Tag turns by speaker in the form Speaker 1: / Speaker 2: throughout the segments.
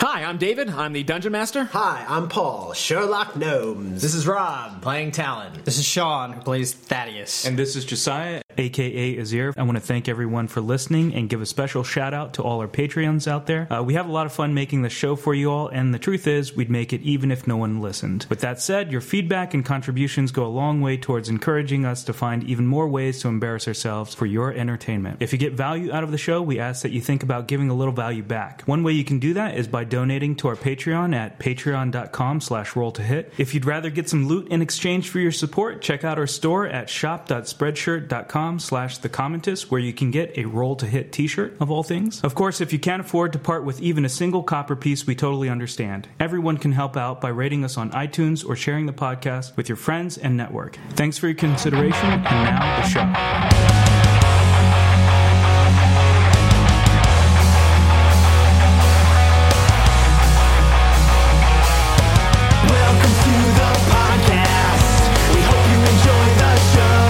Speaker 1: Hi, I'm David. I'm the Dungeon Master.
Speaker 2: Hi, I'm Paul, Sherlock Gnomes. This is Rob, playing Talon.
Speaker 3: This is Sean, who plays Thaddeus.
Speaker 4: And this is Josiah, aka Azir. I want to thank everyone for listening and give a special shout out to all our Patreons out there. Uh, we have a lot of fun making this show for you all, and the truth is, we'd make it even if no one listened. With that said, your feedback and contributions go a long way towards encouraging us to find even more ways to embarrass ourselves for your entertainment. If you get value out of the show, we ask that you think about giving a little value back. One way you can do that is by donating to our Patreon at patreon.com slash roll to hit. If you'd rather get some loot in exchange for your support, check out our store at shop.spreadshirt.com slash the commentist where you can get a roll to hit t-shirt of all things. Of course, if you can't afford to part with even a single copper piece, we totally understand. Everyone can help out by rating us on iTunes or sharing the podcast with your friends and network. Thanks for your consideration and now the show.
Speaker 5: Welcome to the podcast. We hope you enjoy the show.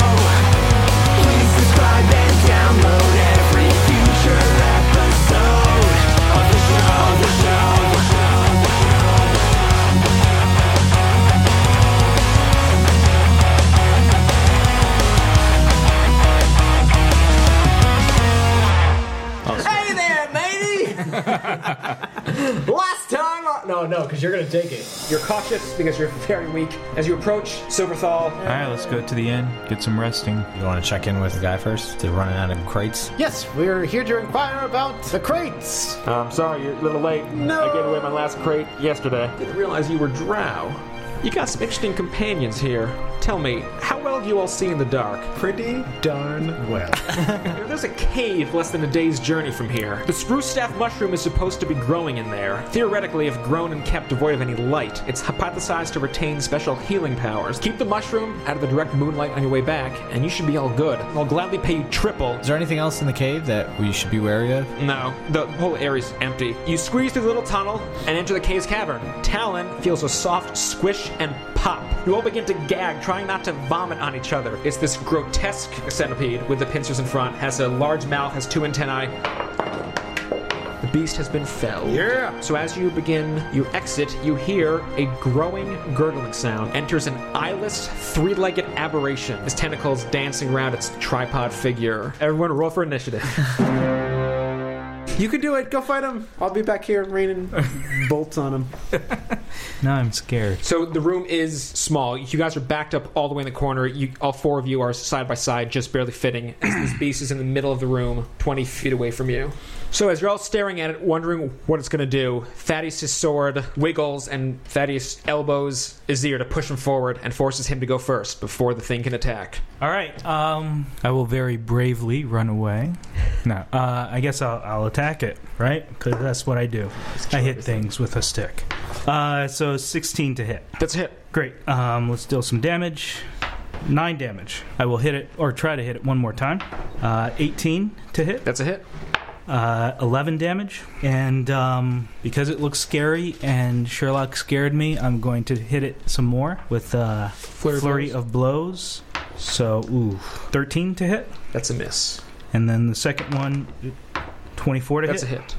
Speaker 5: Please subscribe and download every future episode of the show. The show. The show. The show.
Speaker 2: Hey there, matey! Last time, I- no, no, because you're gonna take it.
Speaker 6: You're cautious because you're very weak. As you approach Silverthal,
Speaker 4: All right, let's go to the inn, get some resting.
Speaker 7: You want to check in with the guy first? They're running out of crates.
Speaker 2: Yes, we're here to inquire about the crates.
Speaker 8: I'm sorry, you're a little late.
Speaker 2: No.
Speaker 8: I gave away my last crate yesterday.
Speaker 6: didn't realize you were Drow. You got some interesting companions here. Tell me, how well do you all see in the dark?
Speaker 2: Pretty darn well.
Speaker 6: You know, There's a cave less than a day's journey from here. The spruce staff mushroom is supposed to be growing in there. Theoretically, if grown and kept devoid of any light, it's hypothesized to retain special healing powers. Keep the mushroom out of the direct moonlight on your way back, and you should be all good. I'll gladly pay you triple
Speaker 7: Is there anything else in the cave that we should be wary of?
Speaker 6: No, the whole area's empty. You squeeze through the little tunnel and enter the cave's cavern. Talon feels a soft squish and pop. You all begin to gag, trying not to vomit on each other. It's this grotesque centipede with the pincers in front, has a large mouth, has two antennae. The beast has been felled.
Speaker 2: Yeah.
Speaker 6: So as you begin, you exit, you hear a growing, gurgling sound. Enters an eyeless, three-legged aberration. His tentacles dancing around its tripod figure. Everyone roll for initiative.
Speaker 9: You can do it. Go fight him. I'll be back here raining bolts on him.
Speaker 4: Now I'm scared.
Speaker 6: So the room is small. You guys are backed up all the way in the corner. You, all four of you are side by side, just barely fitting. this beast is in the middle of the room, 20 feet away from you. So as you're all staring at it, wondering what it's going to do, Thaddeus' sword wiggles and Thaddeus elbows Azir to push him forward and forces him to go first before the thing can attack.
Speaker 4: All right, um, I will very bravely run away. No, uh, I guess I'll, I'll attack it, right? Because that's what I do. I hit things with a stick. Uh, so 16 to hit.
Speaker 6: That's a hit.
Speaker 4: Great. Um, let's deal some damage. Nine damage. I will hit it, or try to hit it one more time. Uh, 18 to hit.
Speaker 6: That's a hit.
Speaker 4: Uh, 11 damage. And um, because it looks scary and Sherlock scared me, I'm going to hit it some more with uh,
Speaker 6: Flurry
Speaker 4: flurry,
Speaker 6: of
Speaker 4: of blows. So, ooh, 13 to hit.
Speaker 6: That's a miss.
Speaker 4: And then the second one, 24 to
Speaker 6: That's a
Speaker 4: hit.
Speaker 6: hit.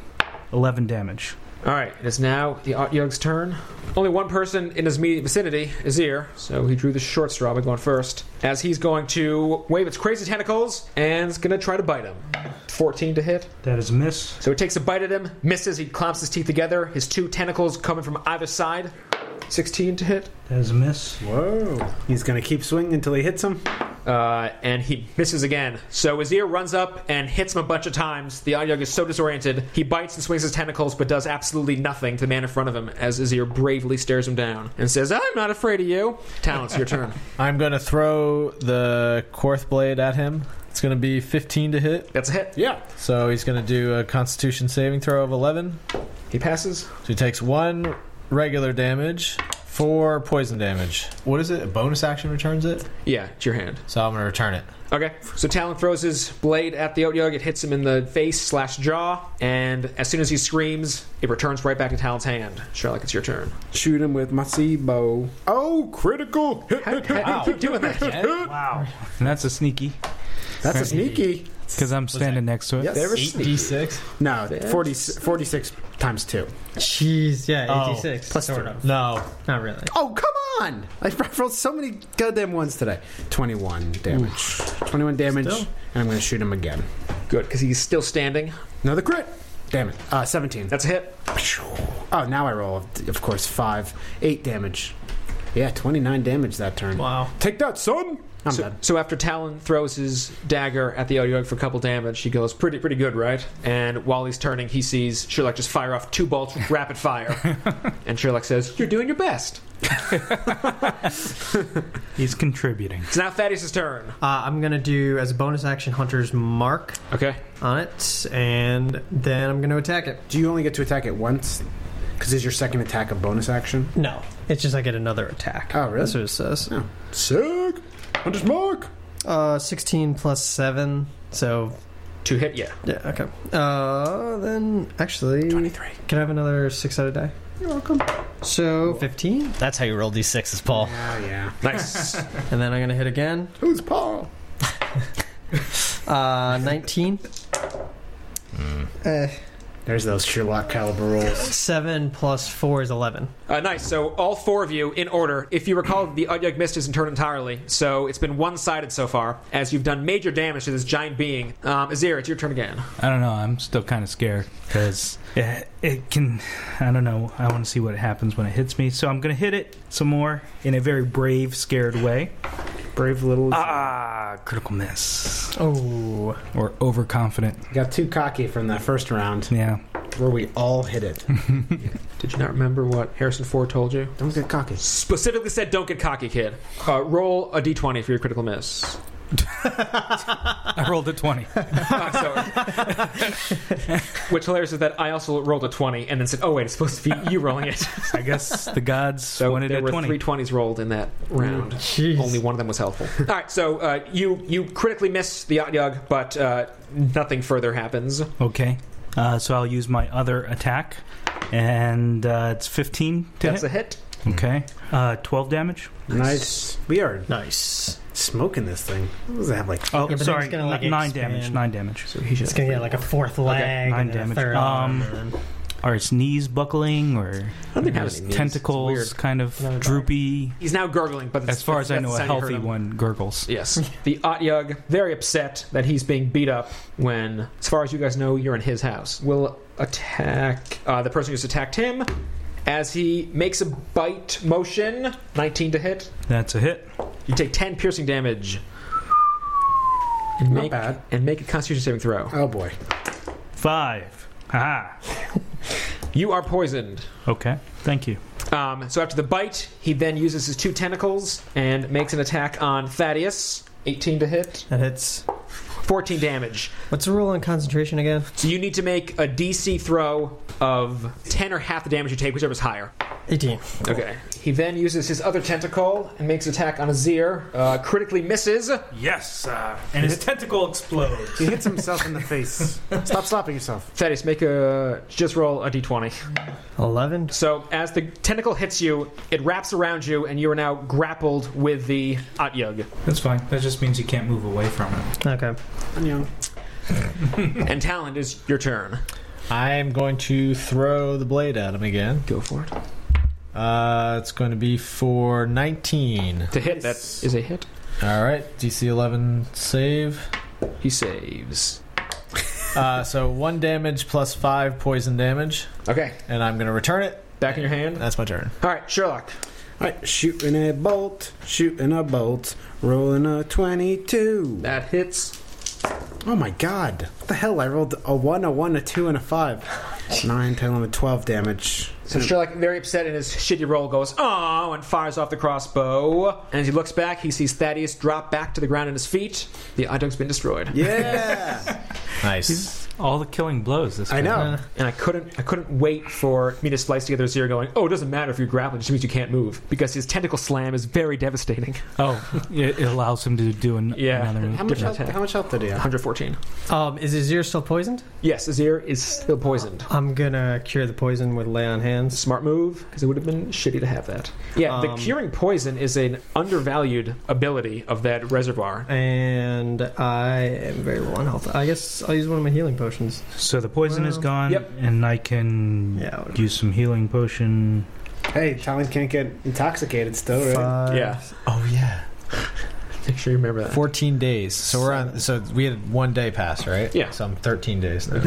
Speaker 4: 11 damage.
Speaker 6: All right, it is now the Yug's turn. Only one person in his immediate vicinity, Azir, so he drew the short straw by going first. As he's going to wave its crazy tentacles and is going to try to bite him. 14 to hit.
Speaker 4: That is a miss.
Speaker 6: So he takes a bite at him, misses, he clamps his teeth together, his two tentacles coming from either side. 16 to hit.
Speaker 4: That is a miss.
Speaker 9: Whoa. He's going to keep swinging until he hits him.
Speaker 6: Uh, and he misses again. So Azir runs up and hits him a bunch of times. The Yug is so disoriented. He bites and swings his tentacles, but does absolutely nothing to the man in front of him as Azir bravely stares him down and says, I'm not afraid of you. Talents, your turn.
Speaker 7: I'm going to throw the Korth blade at him. It's going to be 15 to hit.
Speaker 6: That's a hit.
Speaker 9: Yeah.
Speaker 7: So he's going to do a Constitution saving throw of 11.
Speaker 6: He passes.
Speaker 7: So he takes one regular damage, four poison damage. What is it? A bonus action returns it?
Speaker 6: Yeah, it's your hand.
Speaker 7: So I'm going to return it.
Speaker 6: Okay. So Talon throws his blade at the Yug. It hits him in the face slash jaw. And as soon as he screams, it returns right back to Talon's hand. Sherlock, it's your turn.
Speaker 9: Shoot him with my C bow. Oh, critical.
Speaker 6: How do you keep doing that?
Speaker 4: Wow. And that's a sneaky.
Speaker 9: That's a sneaky.
Speaker 4: because I'm standing next to it.
Speaker 10: Yes.
Speaker 7: D6?
Speaker 9: No, 40, 46 times 2.
Speaker 3: Jeez, yeah,
Speaker 7: Oh.
Speaker 3: 86.
Speaker 9: Plus
Speaker 3: sort
Speaker 9: two.
Speaker 3: of.
Speaker 7: No.
Speaker 3: Not really.
Speaker 9: Oh, come on! I've rolled so many goddamn ones today. 21 damage. 21 damage, and I'm going to shoot him again.
Speaker 6: Good, because he's still standing.
Speaker 9: Another crit. Damn it. Uh, 17.
Speaker 6: That's a hit.
Speaker 9: Oh, now I roll, of course, 5. 8 damage. Yeah, 29 damage that turn.
Speaker 3: Wow.
Speaker 9: Take that, son! I'm
Speaker 6: So,
Speaker 9: dead.
Speaker 6: so after Talon throws his dagger at the Odeog for a couple damage, he goes pretty pretty good, right? And while he's turning, he sees Sherlock just fire off two bolts with rapid fire, and Sherlock says, "You're doing your best."
Speaker 4: He's contributing.
Speaker 6: It's now Thaddeus' turn.
Speaker 3: Uh, I'm going to do, as a bonus action, Hunter's Mark
Speaker 6: Okay.
Speaker 3: on it, and then I'm going to attack it.
Speaker 9: Do you only get to attack it once? Because is your second attack a bonus action?
Speaker 3: No. It's just I get another attack.
Speaker 9: Oh, really?
Speaker 3: That's what it says.
Speaker 9: Sick! Hunter's Mark!
Speaker 3: Uh, 16 plus 7, so
Speaker 6: Two hit, yeah.
Speaker 3: Yeah, okay. Uh, then actually,
Speaker 9: 23.
Speaker 3: Can I have another six-sided die?
Speaker 9: You're welcome.
Speaker 3: So fifteen,
Speaker 11: That's how you roll d6s, Paul.
Speaker 9: Oh, yeah.
Speaker 6: Nice.
Speaker 3: and then I'm gonna hit again.
Speaker 9: Who's Paul?
Speaker 3: Uh, nineteen,
Speaker 9: There's those Sherlock caliber rolls.
Speaker 3: seven plus four is eleven.
Speaker 6: Uh, nice. So all four of you in order. If you recall, the Udyug missed his turn entirely, so it's been one-sided so far. As you've done major damage to this giant being, um, Azir, it's your turn again.
Speaker 4: I don't know. I'm still kind of scared because it, it can. I don't know. I want to see what happens when it hits me. So I'm going to hit it some more in a very brave, scared way.
Speaker 9: Brave little.
Speaker 4: Ah, critical miss.
Speaker 3: Oh,
Speaker 4: Or overconfident.
Speaker 9: Got too cocky from that first round
Speaker 4: Yeah.
Speaker 9: where we all hit it.
Speaker 6: Did you not remember what Harrison Ford told you?
Speaker 9: Don't get cocky.
Speaker 6: Specifically said, don't get cocky, kid. Uh, roll a d20 for your critical miss.
Speaker 4: I rolled a 20.
Speaker 6: Uh, so- which hilarious is that I also rolled a 20 and then said, oh, wait, it's supposed to be you rolling it.
Speaker 4: I guess the gods
Speaker 6: So
Speaker 4: wanted
Speaker 6: there
Speaker 4: a
Speaker 6: were
Speaker 4: 20.
Speaker 6: three 20s rolled in that round. Only one of them was helpful. All right, so uh, you, you critically miss the Yatyug, but uh, nothing further happens.
Speaker 4: okay. Uh, so I'll use my other attack. And uh, it's 15 to
Speaker 6: That's a
Speaker 4: hit.
Speaker 6: hit.
Speaker 4: okay. Uh, 12 damage.
Speaker 9: Nice. We are
Speaker 3: nice.
Speaker 9: smoking this thing. What does it have like?
Speaker 4: Oh,
Speaker 3: but then
Speaker 4: sorry.
Speaker 3: it's gonna, like,
Speaker 4: n- nine
Speaker 3: expand.
Speaker 4: damage. Nine damage.
Speaker 3: It's gonna get like a fourth leg,
Speaker 4: nine
Speaker 3: and then
Speaker 4: damage.
Speaker 3: A third
Speaker 4: Um,
Speaker 3: arm, and then-
Speaker 4: Are its knees buckling or
Speaker 6: I don't think
Speaker 4: are
Speaker 6: it
Speaker 4: its
Speaker 6: has any knees.
Speaker 4: tentacles
Speaker 6: It's weird.
Speaker 4: kind of
Speaker 3: Another dog.
Speaker 4: droopy?
Speaker 6: He's now gurgling, but
Speaker 4: As far as I
Speaker 6: that's
Speaker 4: know,
Speaker 6: the
Speaker 4: a
Speaker 6: sound you heard
Speaker 4: healthy
Speaker 6: him.
Speaker 4: one gurgles.
Speaker 6: Yes. The Otyug, very upset that he's being beat up when, as far as you guys know, you're in his house, will attack uh, the person who's attacked him as he makes a bite motion. 19 to hit.
Speaker 4: That's a hit.
Speaker 6: You take 10 piercing damage. And
Speaker 9: Not
Speaker 6: make,
Speaker 9: bad.
Speaker 6: And make a constitution saving throw.
Speaker 9: Oh boy.
Speaker 4: Five. Haha.
Speaker 6: You are poisoned.
Speaker 4: Okay. Thank you.
Speaker 6: Um, so after the bite, he then uses his two tentacles and makes an attack on Thaddeus. 18 to hit.
Speaker 3: that hits.
Speaker 6: 14 damage.
Speaker 3: What's the rule on concentration again?
Speaker 6: So you need to make a DC throw of 10 or half the damage you take, whichever is higher.
Speaker 3: Eighteen.
Speaker 6: Okay. He then uses his other tentacle and makes an attack on Azir. Uh, critically misses.
Speaker 4: Yes. Uh, and his tentacle explodes.
Speaker 9: He hits himself in the face. Stop slapping yourself.
Speaker 6: Thaddeus, make a. Just roll a d20.
Speaker 3: Eleven.
Speaker 6: So as the tentacle hits you, it wraps around you, and you are now grappled with the Atyug.
Speaker 4: That's fine. That just means you can't move away from it.
Speaker 3: Okay.
Speaker 6: and Talon is your turn.
Speaker 7: I am going to throw the blade at him again.
Speaker 6: Go for it.
Speaker 7: Uh, it's going to be for 19.
Speaker 6: To hit, that is a hit.
Speaker 7: All right, DC 11 save.
Speaker 6: He saves.
Speaker 7: Uh, so one damage plus five poison damage,
Speaker 6: Okay.
Speaker 7: and I'm going to return it.
Speaker 6: Back in your hand.
Speaker 7: That's my turn.
Speaker 6: All right, Sherlock.
Speaker 9: All right, shooting a bolt, shooting a bolt, rolling a twenty-two.
Speaker 6: That hits.
Speaker 9: Oh my god! What the hell? I rolled a one, a one, a two, and a five. Nine, ten, eleven, twelve damage.
Speaker 6: So Sherlock, very upset in his shitty roll, goes, oh, and fires off the crossbow. And as he looks back, he sees Thaddeus drop back to the ground at his feet. The Idug's been destroyed.
Speaker 9: Yeah.
Speaker 7: Nice.
Speaker 12: All the killing blows this
Speaker 6: I
Speaker 12: game.
Speaker 6: know, and I couldn't. I couldn't wait for me to splice together Zero going, "Oh, it doesn't matter if you're grappling; it just means you can't move." Because his tentacle slam is very devastating.
Speaker 12: Oh, it, it allows him to do an,
Speaker 6: Yeah.
Speaker 12: another move.
Speaker 9: How much, health,
Speaker 6: Different attack.
Speaker 9: how much health did he have?
Speaker 6: 114.
Speaker 3: Um, is Azir still poisoned?
Speaker 6: Yes, Azir is still poisoned.
Speaker 3: I'm gonna cure the poison with lay on hands.
Speaker 6: Smart move, because it would have been shitty to have that. Yeah, the
Speaker 3: Um,
Speaker 6: curing poison is an undervalued ability of that reservoir.
Speaker 3: And I am very low on health. I guess I'll use one of my healing potions.
Speaker 4: So the poison is
Speaker 3: Well,
Speaker 4: gone,
Speaker 6: yep.
Speaker 4: and I can
Speaker 3: Yeah, whatever.
Speaker 4: use some healing potion.
Speaker 9: Hey, Talon can't get intoxicated still, right?
Speaker 3: Five.
Speaker 6: yeah,
Speaker 7: Oh yeah,
Speaker 6: uh, make sure you remember that.
Speaker 7: fourteen days. So we're on. So we had one day pass, right?
Speaker 6: Yeah.
Speaker 7: So I'm thirteen days now.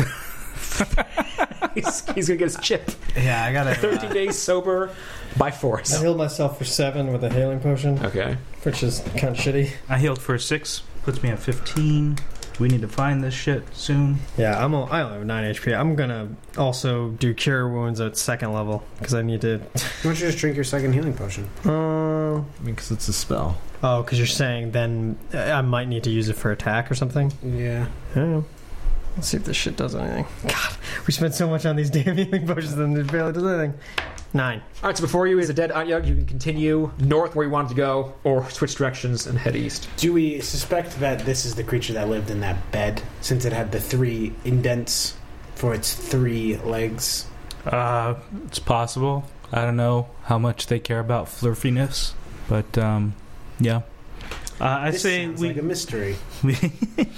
Speaker 6: he's, he's gonna get his chip.
Speaker 7: yeah, I uh, got it.
Speaker 6: 13 days sober by
Speaker 3: I
Speaker 6: force.
Speaker 3: healed myself for seven with a healing potion,
Speaker 6: Okay.
Speaker 3: which is kind of shitty.
Speaker 4: I healed for six, puts me at 15. We need to find this shit soon.
Speaker 3: Yeah, I'm on, I only have nine HP. I'm gonna also do cure wounds at second level because I need to.
Speaker 9: Why don't you just drink your second healing potion?
Speaker 3: Uh,
Speaker 7: I mean, because it's a spell.
Speaker 3: oh, because you're saying then uh, I might need to use it for attack or something.
Speaker 9: Yeah.
Speaker 3: I don't know. Let's see if this shit does anything. God, we spent so much on these damn healing potions and it barely does anything. Nine.
Speaker 6: All right, so before you is a dead Anyug. You can continue north where you wanted to go, or switch directions and head east.
Speaker 9: Do we suspect that this is the creature that lived in that bed, since it had the three indents for its three legs?
Speaker 12: Uh, it's possible. I don't know how much they care about flurfiness, but um, yeah.
Speaker 4: Uh, I
Speaker 9: This
Speaker 4: say
Speaker 9: sounds
Speaker 4: we
Speaker 9: like a mystery.
Speaker 4: we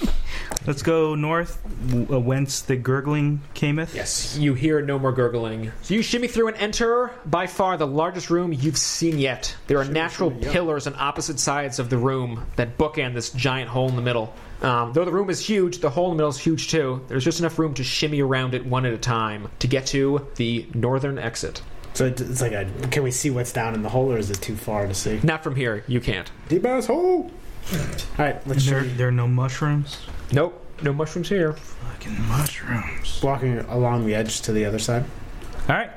Speaker 4: let's go north, w- uh, whence the gurgling cameth.
Speaker 6: Yes. You hear no more gurgling. So you shimmy through and enter by far the largest room you've seen yet. There are natural pillars on opposite sides of the room that bookend this giant hole in the middle. Um, though the room is huge, the hole in the middle is huge too. There's just enough room to shimmy around it one at a time to get to the northern exit.
Speaker 9: So it- it's like a. Can we see what's down in the hole, or is it too far to see?
Speaker 6: Not from here, you can't.
Speaker 9: Deep ass hole. All right,
Speaker 4: And
Speaker 9: let's
Speaker 4: There,
Speaker 9: shoot.
Speaker 4: there are no mushrooms.
Speaker 6: Nope, no mushrooms here.
Speaker 4: Fucking mushrooms.
Speaker 9: Walking along the edge to the other side.
Speaker 4: All right.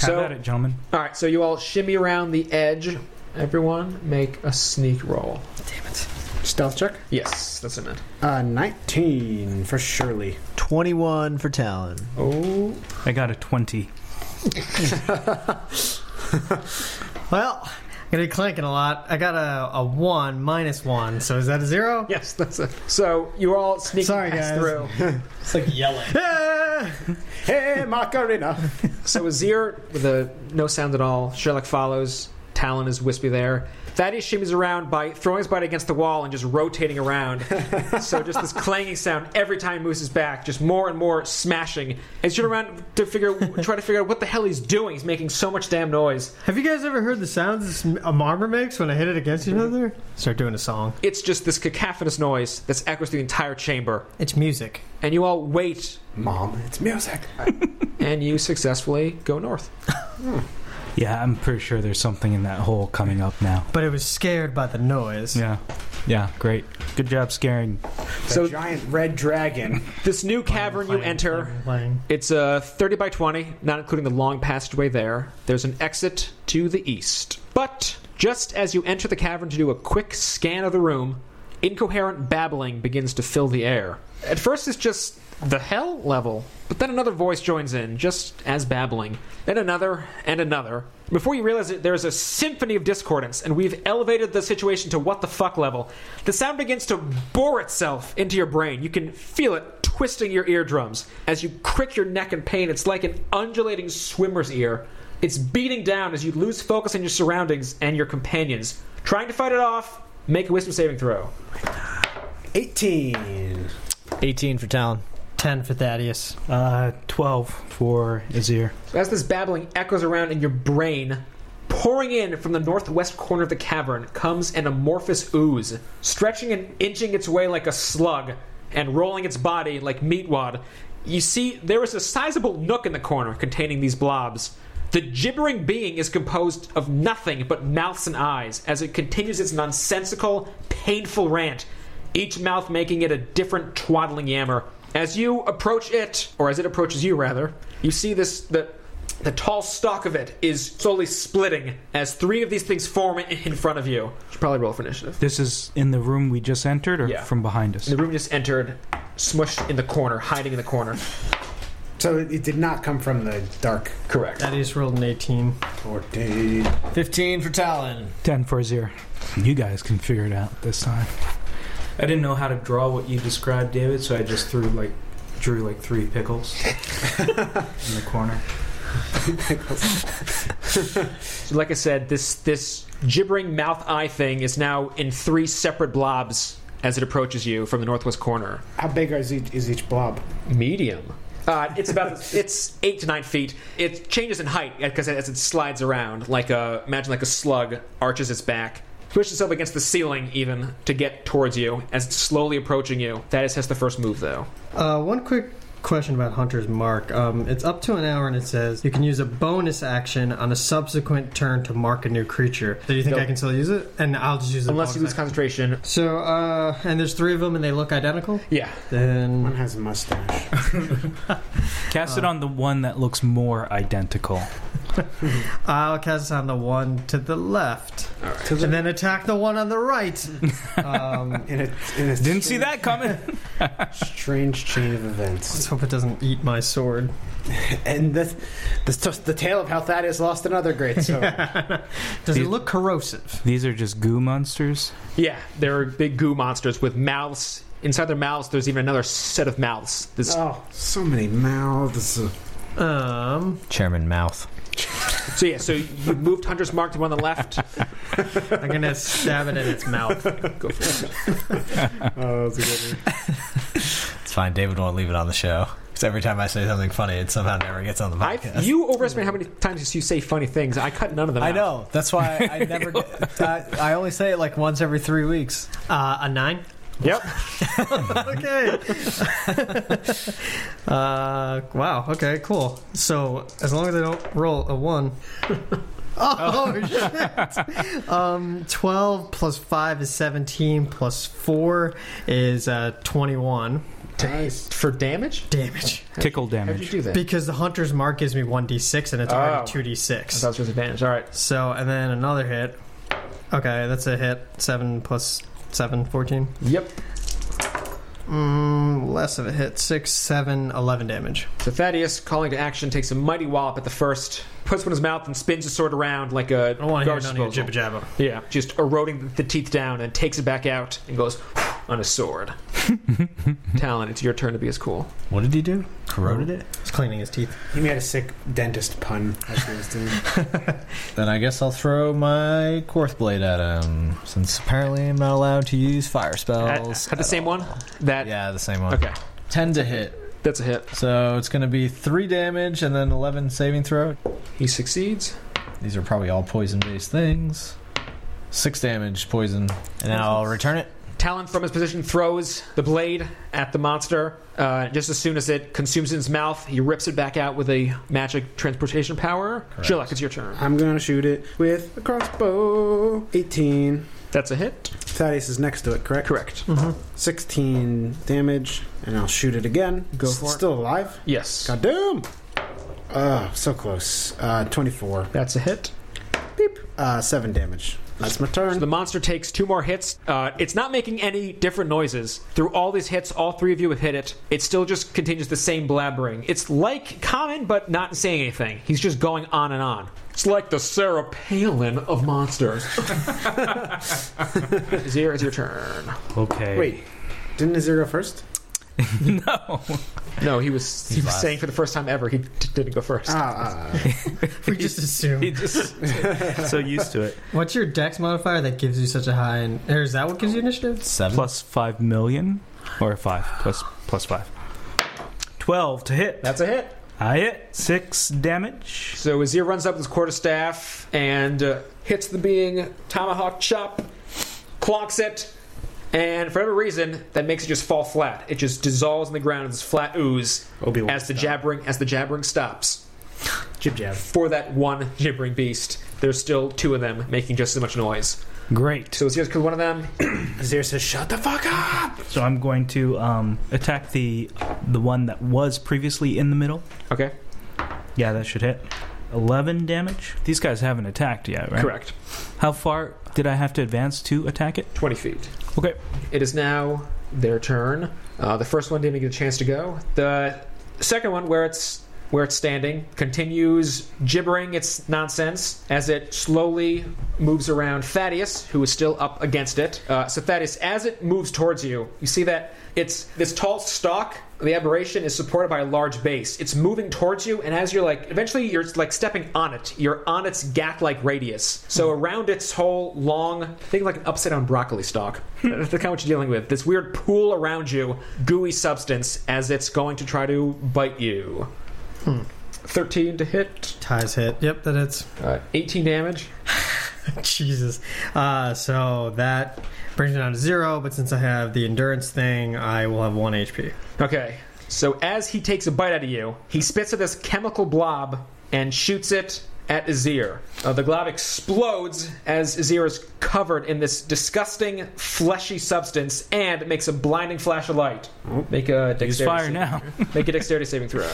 Speaker 4: How
Speaker 6: So-
Speaker 4: about it, gentlemen?
Speaker 6: All right, so you all shimmy around the edge. Everyone, make a sneak roll.
Speaker 9: Stealth check.
Speaker 6: Yes, that's what I meant.
Speaker 9: Uh, nineteen for Shirley.
Speaker 7: Twenty-one for Talon.
Speaker 6: Oh,
Speaker 4: I got a 20.
Speaker 3: Well, I'm gonna be clanking a lot. I got a, a one minus one, so is that a zero?
Speaker 6: yes, that's it. So you all sneak
Speaker 3: Sorry,
Speaker 6: past
Speaker 3: guys.
Speaker 6: through.
Speaker 3: It's like yelling.
Speaker 9: Hey, Macarena.
Speaker 6: So Azir, with a, no sound at all, Sherlock follows. Talon is wispy there. Thaddeus shimmies around by throwing his body against the wall and just rotating around. so just this clanging sound every time he moves his back, just more and more smashing. And turn around to figure, try to figure out what the hell he's doing. He's making so much damn noise.
Speaker 3: Have you guys ever heard the sounds this m- a marmor makes when I hit it against each other? Start doing a song.
Speaker 6: It's just this cacophonous noise that's echoes through the entire chamber.
Speaker 3: It's music.
Speaker 6: And you all wait,
Speaker 9: Mom, it's music.
Speaker 6: and you successfully go north.
Speaker 12: Yeah, I'm pretty sure there's something in that hole coming up now.
Speaker 3: But it was scared by the noise.
Speaker 12: Yeah. Yeah, great. Good job scaring.
Speaker 9: So
Speaker 6: So-
Speaker 9: giant red dragon.
Speaker 6: This new cavern you enter.
Speaker 3: Playing.
Speaker 6: It's uh, 30 by 20, not including the long passageway there. There's an exit to the east. But just as you enter the cavern to do a quick scan of the room, incoherent babbling begins to fill the air. At first, it's just the hell level, but then another voice joins in, just as babbling, and another, and another. Before you realize it, there's a symphony of discordance, and we've elevated the situation to what the fuck level. The sound begins to bore itself into your brain. You can feel it twisting your eardrums. As you crick your neck in pain, it's like an undulating swimmer's ear. It's beating down as you lose focus on your surroundings and your companions. Trying to fight it off, make a wisdom saving throw.
Speaker 9: Eighteen.
Speaker 7: Eighteen for Talon.
Speaker 3: Ten for Thaddeus.
Speaker 4: Uh, 12 for Azir.
Speaker 6: So as this babbling echoes around in your brain, pouring in from the northwest corner of the cavern comes an amorphous ooze, stretching and inching its way like a slug and rolling its body like meatwad. You see, there is a sizable nook in the corner containing these blobs. The gibbering being is composed of nothing but mouths and eyes as it continues its nonsensical, painful rant each mouth making it a different twaddling yammer. As you approach it, or as it approaches you rather, you see this the the tall stalk of it is slowly splitting as three of these things form in, in front of you. Should probably roll for initiative.
Speaker 4: This is in the room we just entered or
Speaker 6: Yeah.
Speaker 4: from behind us?
Speaker 6: The room just entered, smushed in the corner, hiding in the corner.
Speaker 9: So it, it did not come from the dark.
Speaker 6: Correct.
Speaker 3: That is rolled an 18.
Speaker 9: 14.
Speaker 7: 15 for Talon.
Speaker 12: 10 for Azir. You guys can figure it out this time. I didn't know how to draw what you described, David, so I just threw like drew like three pickles in the corner.
Speaker 6: So like I said, this this gibbering mouth eye thing is now in three separate blobs as it approaches you from the northwest corner.
Speaker 9: How big is each, is each blob?
Speaker 6: Medium. Uh, it's about it's eight to nine feet. It changes in height because as it slides around, like a imagine like a slug arches its back, pushes itself against the ceiling even to get towards you as it's slowly approaching you. That is has the first move though.
Speaker 3: Uh, one quick question about Hunter's Mark. Um, it's up to an hour, and it says you can use a bonus action on a subsequent turn to mark a new creature. Do you think
Speaker 6: Nope.
Speaker 3: I can still use it? And I'll just use it.
Speaker 6: Unless you lose concentration.
Speaker 3: So, uh, and there's three of them, and they look identical.
Speaker 6: Yeah.
Speaker 9: One
Speaker 3: Then
Speaker 9: has a mustache.
Speaker 12: Cast it on the one that looks more identical.
Speaker 3: I'll cast on the one to the left, and then attack the one on the right. um,
Speaker 9: In a, in a
Speaker 12: Didn't see that coming.
Speaker 9: Strange chain of events.
Speaker 3: let's hope it doesn't eat my sword.
Speaker 9: And the, the, the tale of how Thaddeus lost another great sword.
Speaker 3: Does it
Speaker 12: These-
Speaker 3: look corrosive?
Speaker 12: These are just goo monsters.
Speaker 6: Yeah, there are big goo monsters with mouths. Inside their mouths, there's even another set of mouths. This
Speaker 9: Oh, so many mouths.
Speaker 3: Um,
Speaker 7: Chairman Mouth.
Speaker 6: So yeah, so you moved Hunter's Mark to one on the left.
Speaker 3: I'm gonna stab it in its mouth.
Speaker 9: Oh, that's a good one.
Speaker 7: It's fine. David won't leave it on the show. Because every time I say something funny, it somehow never gets on the
Speaker 6: I,
Speaker 7: podcast.
Speaker 6: you overestimate how many times you say funny things. I cut none of them.
Speaker 7: I
Speaker 6: out.
Speaker 7: know. That's why I, I never. get- I, I only say it like once every three weeks.
Speaker 3: Uh, a nine.
Speaker 6: Yep.
Speaker 3: okay. uh, wow. Okay. Cool. So as long as I don't roll a one. oh, shit! Um, twelve plus five is seventeen. Plus four is uh, twenty-one
Speaker 9: Nice.
Speaker 6: for damage.
Speaker 3: damage
Speaker 12: Tickle
Speaker 6: How'd you
Speaker 12: damage.
Speaker 6: do that?
Speaker 3: because the hunter's mark gives me one d six and it's
Speaker 6: Oh.
Speaker 3: already two d
Speaker 6: That
Speaker 3: six.
Speaker 6: was with advantage. All right.
Speaker 3: So and then another hit. Okay, that's a hit. Seven plus seven, 14.
Speaker 6: Yep.
Speaker 3: Mm, less of a hit. Six, seven, 11 damage.
Speaker 6: So Thaddeus, calling to action, takes a mighty wallop at the first, puts one in his mouth, and spins his sword around like a
Speaker 3: I don't want to hear
Speaker 6: garbage
Speaker 3: none of your
Speaker 6: disposal.
Speaker 3: jibba jabba.
Speaker 6: Yeah, just eroding the teeth down, and takes it back out and goes on his sword. Talon, it's your turn to be as cool.
Speaker 7: What did he do? Corroded it?
Speaker 3: He's cleaning his teeth.
Speaker 9: He made a sick dentist pun as he was doing. it.
Speaker 7: Then I guess I'll throw my Korth Blade at him. Since apparently I'm not allowed to use fire
Speaker 6: At,
Speaker 7: spells.
Speaker 6: at the
Speaker 7: at
Speaker 6: same
Speaker 7: all.
Speaker 6: one. That
Speaker 7: Yeah, the same one.
Speaker 6: okay.
Speaker 7: 10 to hit.
Speaker 6: That's a hit.
Speaker 7: So it's going to be 3 damage and then 11 saving throw.
Speaker 6: He succeeds.
Speaker 7: These are probably all poison based things. 6 damage, poison. And then I'll return it.
Speaker 6: Talon, from his position, throws the blade at the monster. Uh, just as soon as it consumes in his mouth, he rips it back out with a magic transportation power. Sherlock, it's your turn.
Speaker 9: I'm going to shoot it with a crossbow. 18.
Speaker 6: That's a hit.
Speaker 9: Thaddeus is next to it, correct?
Speaker 6: Correct.
Speaker 9: 16 damage, and I'll shoot it again.
Speaker 6: Go
Speaker 9: S-
Speaker 6: for it.
Speaker 9: Still alive?
Speaker 6: Yes.
Speaker 9: God damn! Ah, so close. Uh, 24.
Speaker 6: That's a hit.
Speaker 9: Beep. Uh, 7 damage. That's my
Speaker 6: So
Speaker 9: turn.
Speaker 6: the monster takes two more hits. Uh, it's not making any different noises. Through all these hits, all three of you have hit it. It still just continues the same blabbering. It's like common, but not saying anything. He's just going on and on. It's like the Sarah Palin of monsters. Zero is your turn.
Speaker 12: Okay.
Speaker 9: Wait, didn't Azir go first?
Speaker 12: no.
Speaker 6: No, he was he was
Speaker 7: last.
Speaker 6: saying for the first time ever he d- didn't go first.
Speaker 9: Ah, ah,
Speaker 3: We just assume.
Speaker 12: just so used to it.
Speaker 3: What's your dex modifier that gives you such a high? And or is that what gives you initiative?
Speaker 7: 7.
Speaker 12: Plus five million, or five plus plus five. Twelve to hit.
Speaker 6: That's a hit.
Speaker 12: I hit six damage.
Speaker 6: So Azir runs up with his quarterstaff and uh, hits the being tomahawk chop, clocks it, and for whatever reason that makes it just fall flat. It just dissolves in the ground as this flat ooze
Speaker 9: Obi-Wan
Speaker 6: as the jabbering as the jabbering stops.
Speaker 9: ah. Jib jab.
Speaker 6: For that one gibbering beast, there's still two of them making just as much noise.
Speaker 12: Great.
Speaker 6: So Azir kills one of them.
Speaker 9: Azir says, shut the fuck up!
Speaker 12: So I'm going to um, attack the the one that was previously in the middle.
Speaker 6: Okay,
Speaker 12: Yeah, that should hit. Eleven damage. These guys haven't attacked yet, right?
Speaker 6: correct.
Speaker 12: How far did I have to advance to attack it?
Speaker 6: Twenty feet.
Speaker 12: Okay.
Speaker 6: It is now their turn. Uh, the first one didn't even get a chance to go. The second one, where it's where it's standing, continues gibbering its nonsense as it slowly moves around Thaddeus, who is still up against it. Uh, so Thaddeus, as it moves towards you, you see that it's this tall stalk. The aberration is supported by a large base. It's moving towards you, and as you're like, eventually you're like stepping on it. You're on its gat-like radius. So around its whole long, think of like an upside-down broccoli stalk. That's the kind of what you're dealing with. This weird pool around you, gooey substance, as it's going to try to bite you. 13 to hit,
Speaker 3: Ties hit. Yep, that hits.
Speaker 6: uh, 18 damage.
Speaker 3: Jesus. Uh, so that brings me down to zero, but since I have the endurance thing, I will have one HP.
Speaker 6: Okay. So as he takes a bite out of you, he spits at this chemical blob and shoots it at Azir. Uh, the glob explodes as Azir is covered in this disgusting fleshy substance and makes a blinding flash of light. Make a Uh, dexterity.
Speaker 4: Use fire
Speaker 6: saving-
Speaker 4: now.
Speaker 6: Make a dexterity saving throw.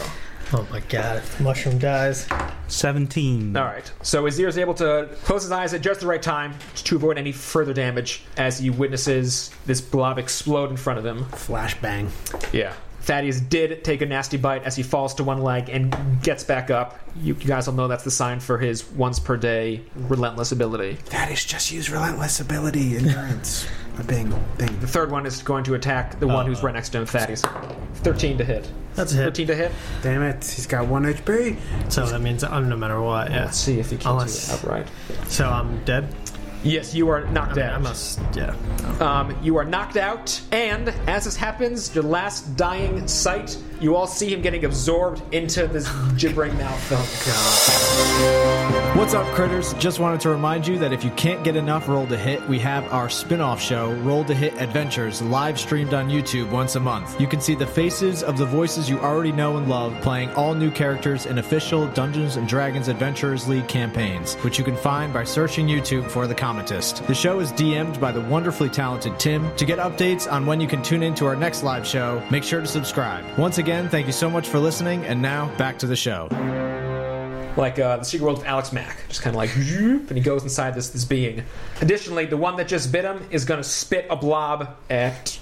Speaker 3: Oh my god, if the mushroom dies.
Speaker 4: 17.
Speaker 6: All right. So Azir is able to close his eyes at just the right time to avoid any further damage as he witnesses this blob explode in front of him.
Speaker 9: Flashbang.
Speaker 6: Yeah. Thaddeus did take a nasty bite as he falls to one leg and gets back up. You guys all know that's the sign for his once per day relentless ability.
Speaker 9: That is just use relentless ability, endurance. A bing, bing.
Speaker 6: The third one is going to attack the one who's right next to him, Thaddeus. 13 to hit.
Speaker 3: That's a hit.
Speaker 6: 13 to hit.
Speaker 9: Damn it, he's got one HP.
Speaker 3: So that means I'm no matter what. Yeah.
Speaker 6: Let's see if he can do it
Speaker 3: Unless-
Speaker 6: upright.
Speaker 3: So I'm dead.
Speaker 6: Yes, you are knocked
Speaker 3: Yeah, I
Speaker 6: out.
Speaker 3: must. Yeah.
Speaker 6: Um, you are knocked out, and as this happens, your last dying sight, you all see him getting absorbed into this gibbering mouth.
Speaker 7: What's up, critters? Just wanted to remind you that if you can't get enough Roll to Hit, we have our spin off show, Roll to Hit Adventures, live streamed on YouTube once a month. You can see the faces of the voices you already know and love playing all new characters in official Dungeons and Dragons Adventurers League campaigns, which you can find by searching YouTube for The Cometist. The show is DM'd by the wonderfully talented Tim. To get updates on when you can tune in to our next live show, make sure to subscribe. Once again, thank you so much for listening, and now back to the show.
Speaker 6: like uh, the secret world of Alex Mack. Just kind of like, zoop, and he goes inside this this being. Additionally, the one that just bit him is going to spit a blob at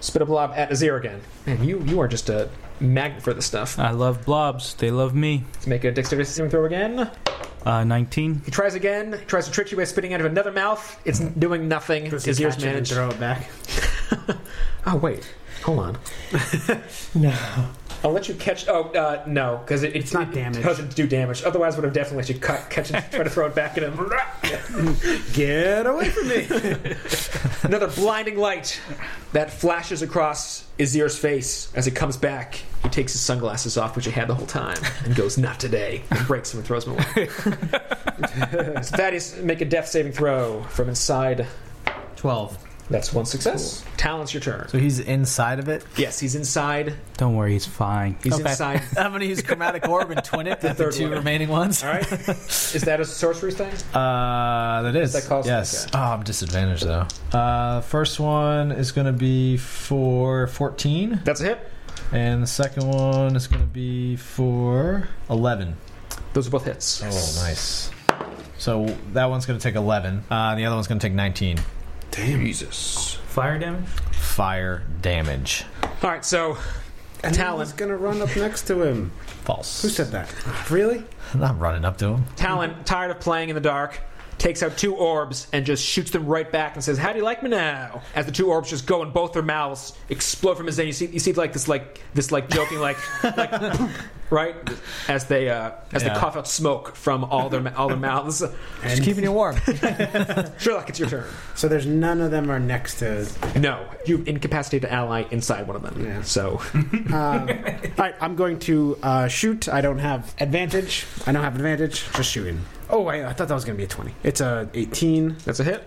Speaker 6: spit a blob at Azir again. Man, you you are just a magnet for this stuff.
Speaker 4: I love blobs. They love me.
Speaker 6: Let's make a dexterity saving throw again.
Speaker 4: Uh, 19.
Speaker 6: He tries again. He tries to trick you by spitting out of another mouth. It's doing nothing.
Speaker 9: Does he
Speaker 6: Azir's
Speaker 9: catch it and
Speaker 6: managed.
Speaker 9: throw it back?
Speaker 6: Oh wait, hold on.
Speaker 3: No.
Speaker 6: I'll let you catch. Oh uh, no, because it, it's
Speaker 9: not
Speaker 6: It
Speaker 9: damage.
Speaker 6: doesn't do damage. Otherwise, would have definitely let you cut, catch it, try to throw it back at him.
Speaker 9: Get away from me!
Speaker 6: Another blinding light that flashes across Azir's face as it comes back. He takes his sunglasses off, which he had the whole time, and goes, "Not today!" and breaks them and throws them away. so Thaddeus, make a death saving throw from inside.
Speaker 3: 12.
Speaker 6: That's one success. Talents, your turn.
Speaker 7: So he's inside of it?
Speaker 6: Yes, he's inside.
Speaker 4: Don't worry, he's fine.
Speaker 6: He's inside.
Speaker 7: I'm gonna use chromatic orb and twin it with the,
Speaker 6: third
Speaker 7: two
Speaker 6: one.
Speaker 7: remaining ones.
Speaker 6: All right. Is that a sorcery thing?
Speaker 7: Uh, that is
Speaker 6: That costs-
Speaker 7: yes.
Speaker 6: okay.
Speaker 7: Oh, I'm disadvantaged though. Uh, first one is gonna be for 14,
Speaker 6: That's a hit.
Speaker 7: and the second one is gonna be for 11.
Speaker 6: Those are both hits.
Speaker 7: Oh, nice. So that one's gonna take 11. Uh, the other one's gonna take 19.
Speaker 4: Fire damage?
Speaker 7: Fire damage.
Speaker 6: All right. So,
Speaker 9: Talon's
Speaker 6: Talon,
Speaker 9: gonna run up next to him.
Speaker 7: False.
Speaker 9: Who said that? Really?
Speaker 7: I'm not running up to him.
Speaker 6: Talon, tired of playing in the dark, takes out two orbs and just shoots them right back and says, "How do you like me now?" As the two orbs just go in both their mouths, explode from his head. You see, you see like this, like this, like joking, like, like right as they uh, as they
Speaker 7: Yeah.
Speaker 6: cough out smoke from all their all their mouths.
Speaker 7: Just keeping you warm.
Speaker 6: Sherlock, it's your turn.
Speaker 9: So there's none of them are next to.
Speaker 6: No, you incapacitate an ally inside one of them.
Speaker 9: Yeah.
Speaker 6: So
Speaker 9: Um, all right, I'm going to uh, shoot. I don't have advantage. I don't have advantage. Just shooting. Oh, I, I thought that was gonna be a twenty. It's a eighteen.
Speaker 6: that's a hit.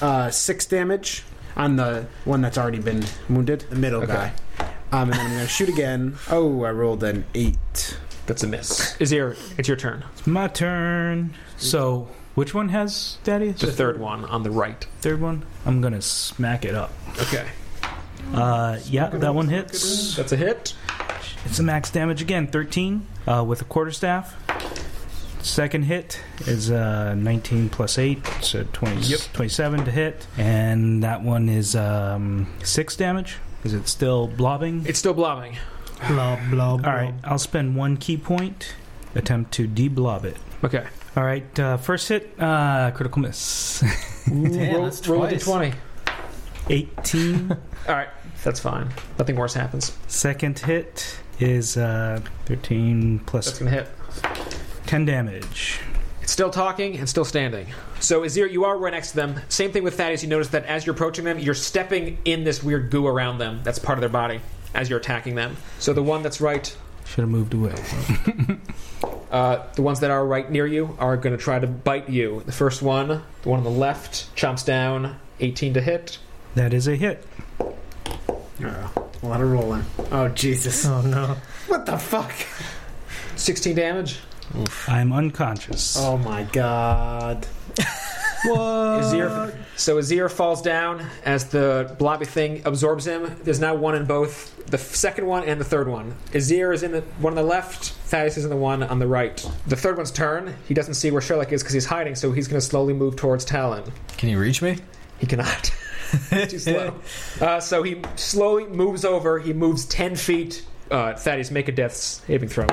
Speaker 9: uh, six damage on the one that's already been wounded, the middle guy. Um, and then I'm gonna shoot again. Oh, I rolled an eight.
Speaker 6: That's a miss. Izir, it's your turn.
Speaker 4: It's my turn. So, which one has Thaddeus?
Speaker 6: The third one on the right.
Speaker 4: Third one? I'm going to smack it up.
Speaker 6: Okay,
Speaker 4: Uh, yeah, that one hits.
Speaker 6: that's a hit.
Speaker 4: It's a max damage again, 13 uh, with a quarterstaff. Second hit is uh, 19 plus 8, so 20, 27 to hit. And that one is um, 6 damage. Is it still blobbing?
Speaker 6: It's still blobbing.
Speaker 3: Blah, blah, blah.
Speaker 4: All right, I'll spend one key point, attempt to deblob it.
Speaker 6: Okay.
Speaker 4: All right, uh, first hit, uh, critical miss.
Speaker 3: Damn,
Speaker 6: roll
Speaker 3: that's
Speaker 6: roll
Speaker 3: twice.
Speaker 6: the 20.
Speaker 4: 18.
Speaker 6: All right. That's fine. Nothing worse happens.
Speaker 4: Second hit is uh, 13
Speaker 6: That's
Speaker 4: plus
Speaker 6: going to hit.
Speaker 4: 10 damage.
Speaker 6: It's still talking and still standing. So, Azir, you are right next to them. Same thing with Thaddeus. You notice that as you're approaching them, you're stepping in this weird goo around them that's part of their body as you're attacking them. So, the one that's right,
Speaker 12: Should have moved away.
Speaker 6: uh, the ones that are right near you, are going to try to bite you. The first one, the one on the left, chomps down, 18 to hit.
Speaker 4: That is a hit.
Speaker 9: Oh, a lot of rolling. Oh Jesus!
Speaker 3: Oh no.
Speaker 9: What the fuck?
Speaker 6: 16 damage.
Speaker 4: I'm unconscious.
Speaker 9: Oh my god!
Speaker 6: Azir, so Azir falls down as the blobby thing absorbs him. There's now one in both the f- second one and the third one. Azir is in the one on the left. Thaddeus is in the one on the right. The third one's turn. He doesn't see where Sherlock is because he's hiding, so he's going to slowly move towards Talon.
Speaker 7: Can you reach me?
Speaker 6: He cannot. Too slow. Uh, so he slowly moves over. He moves ten feet. Uh, Thaddeus, make a death saving throw.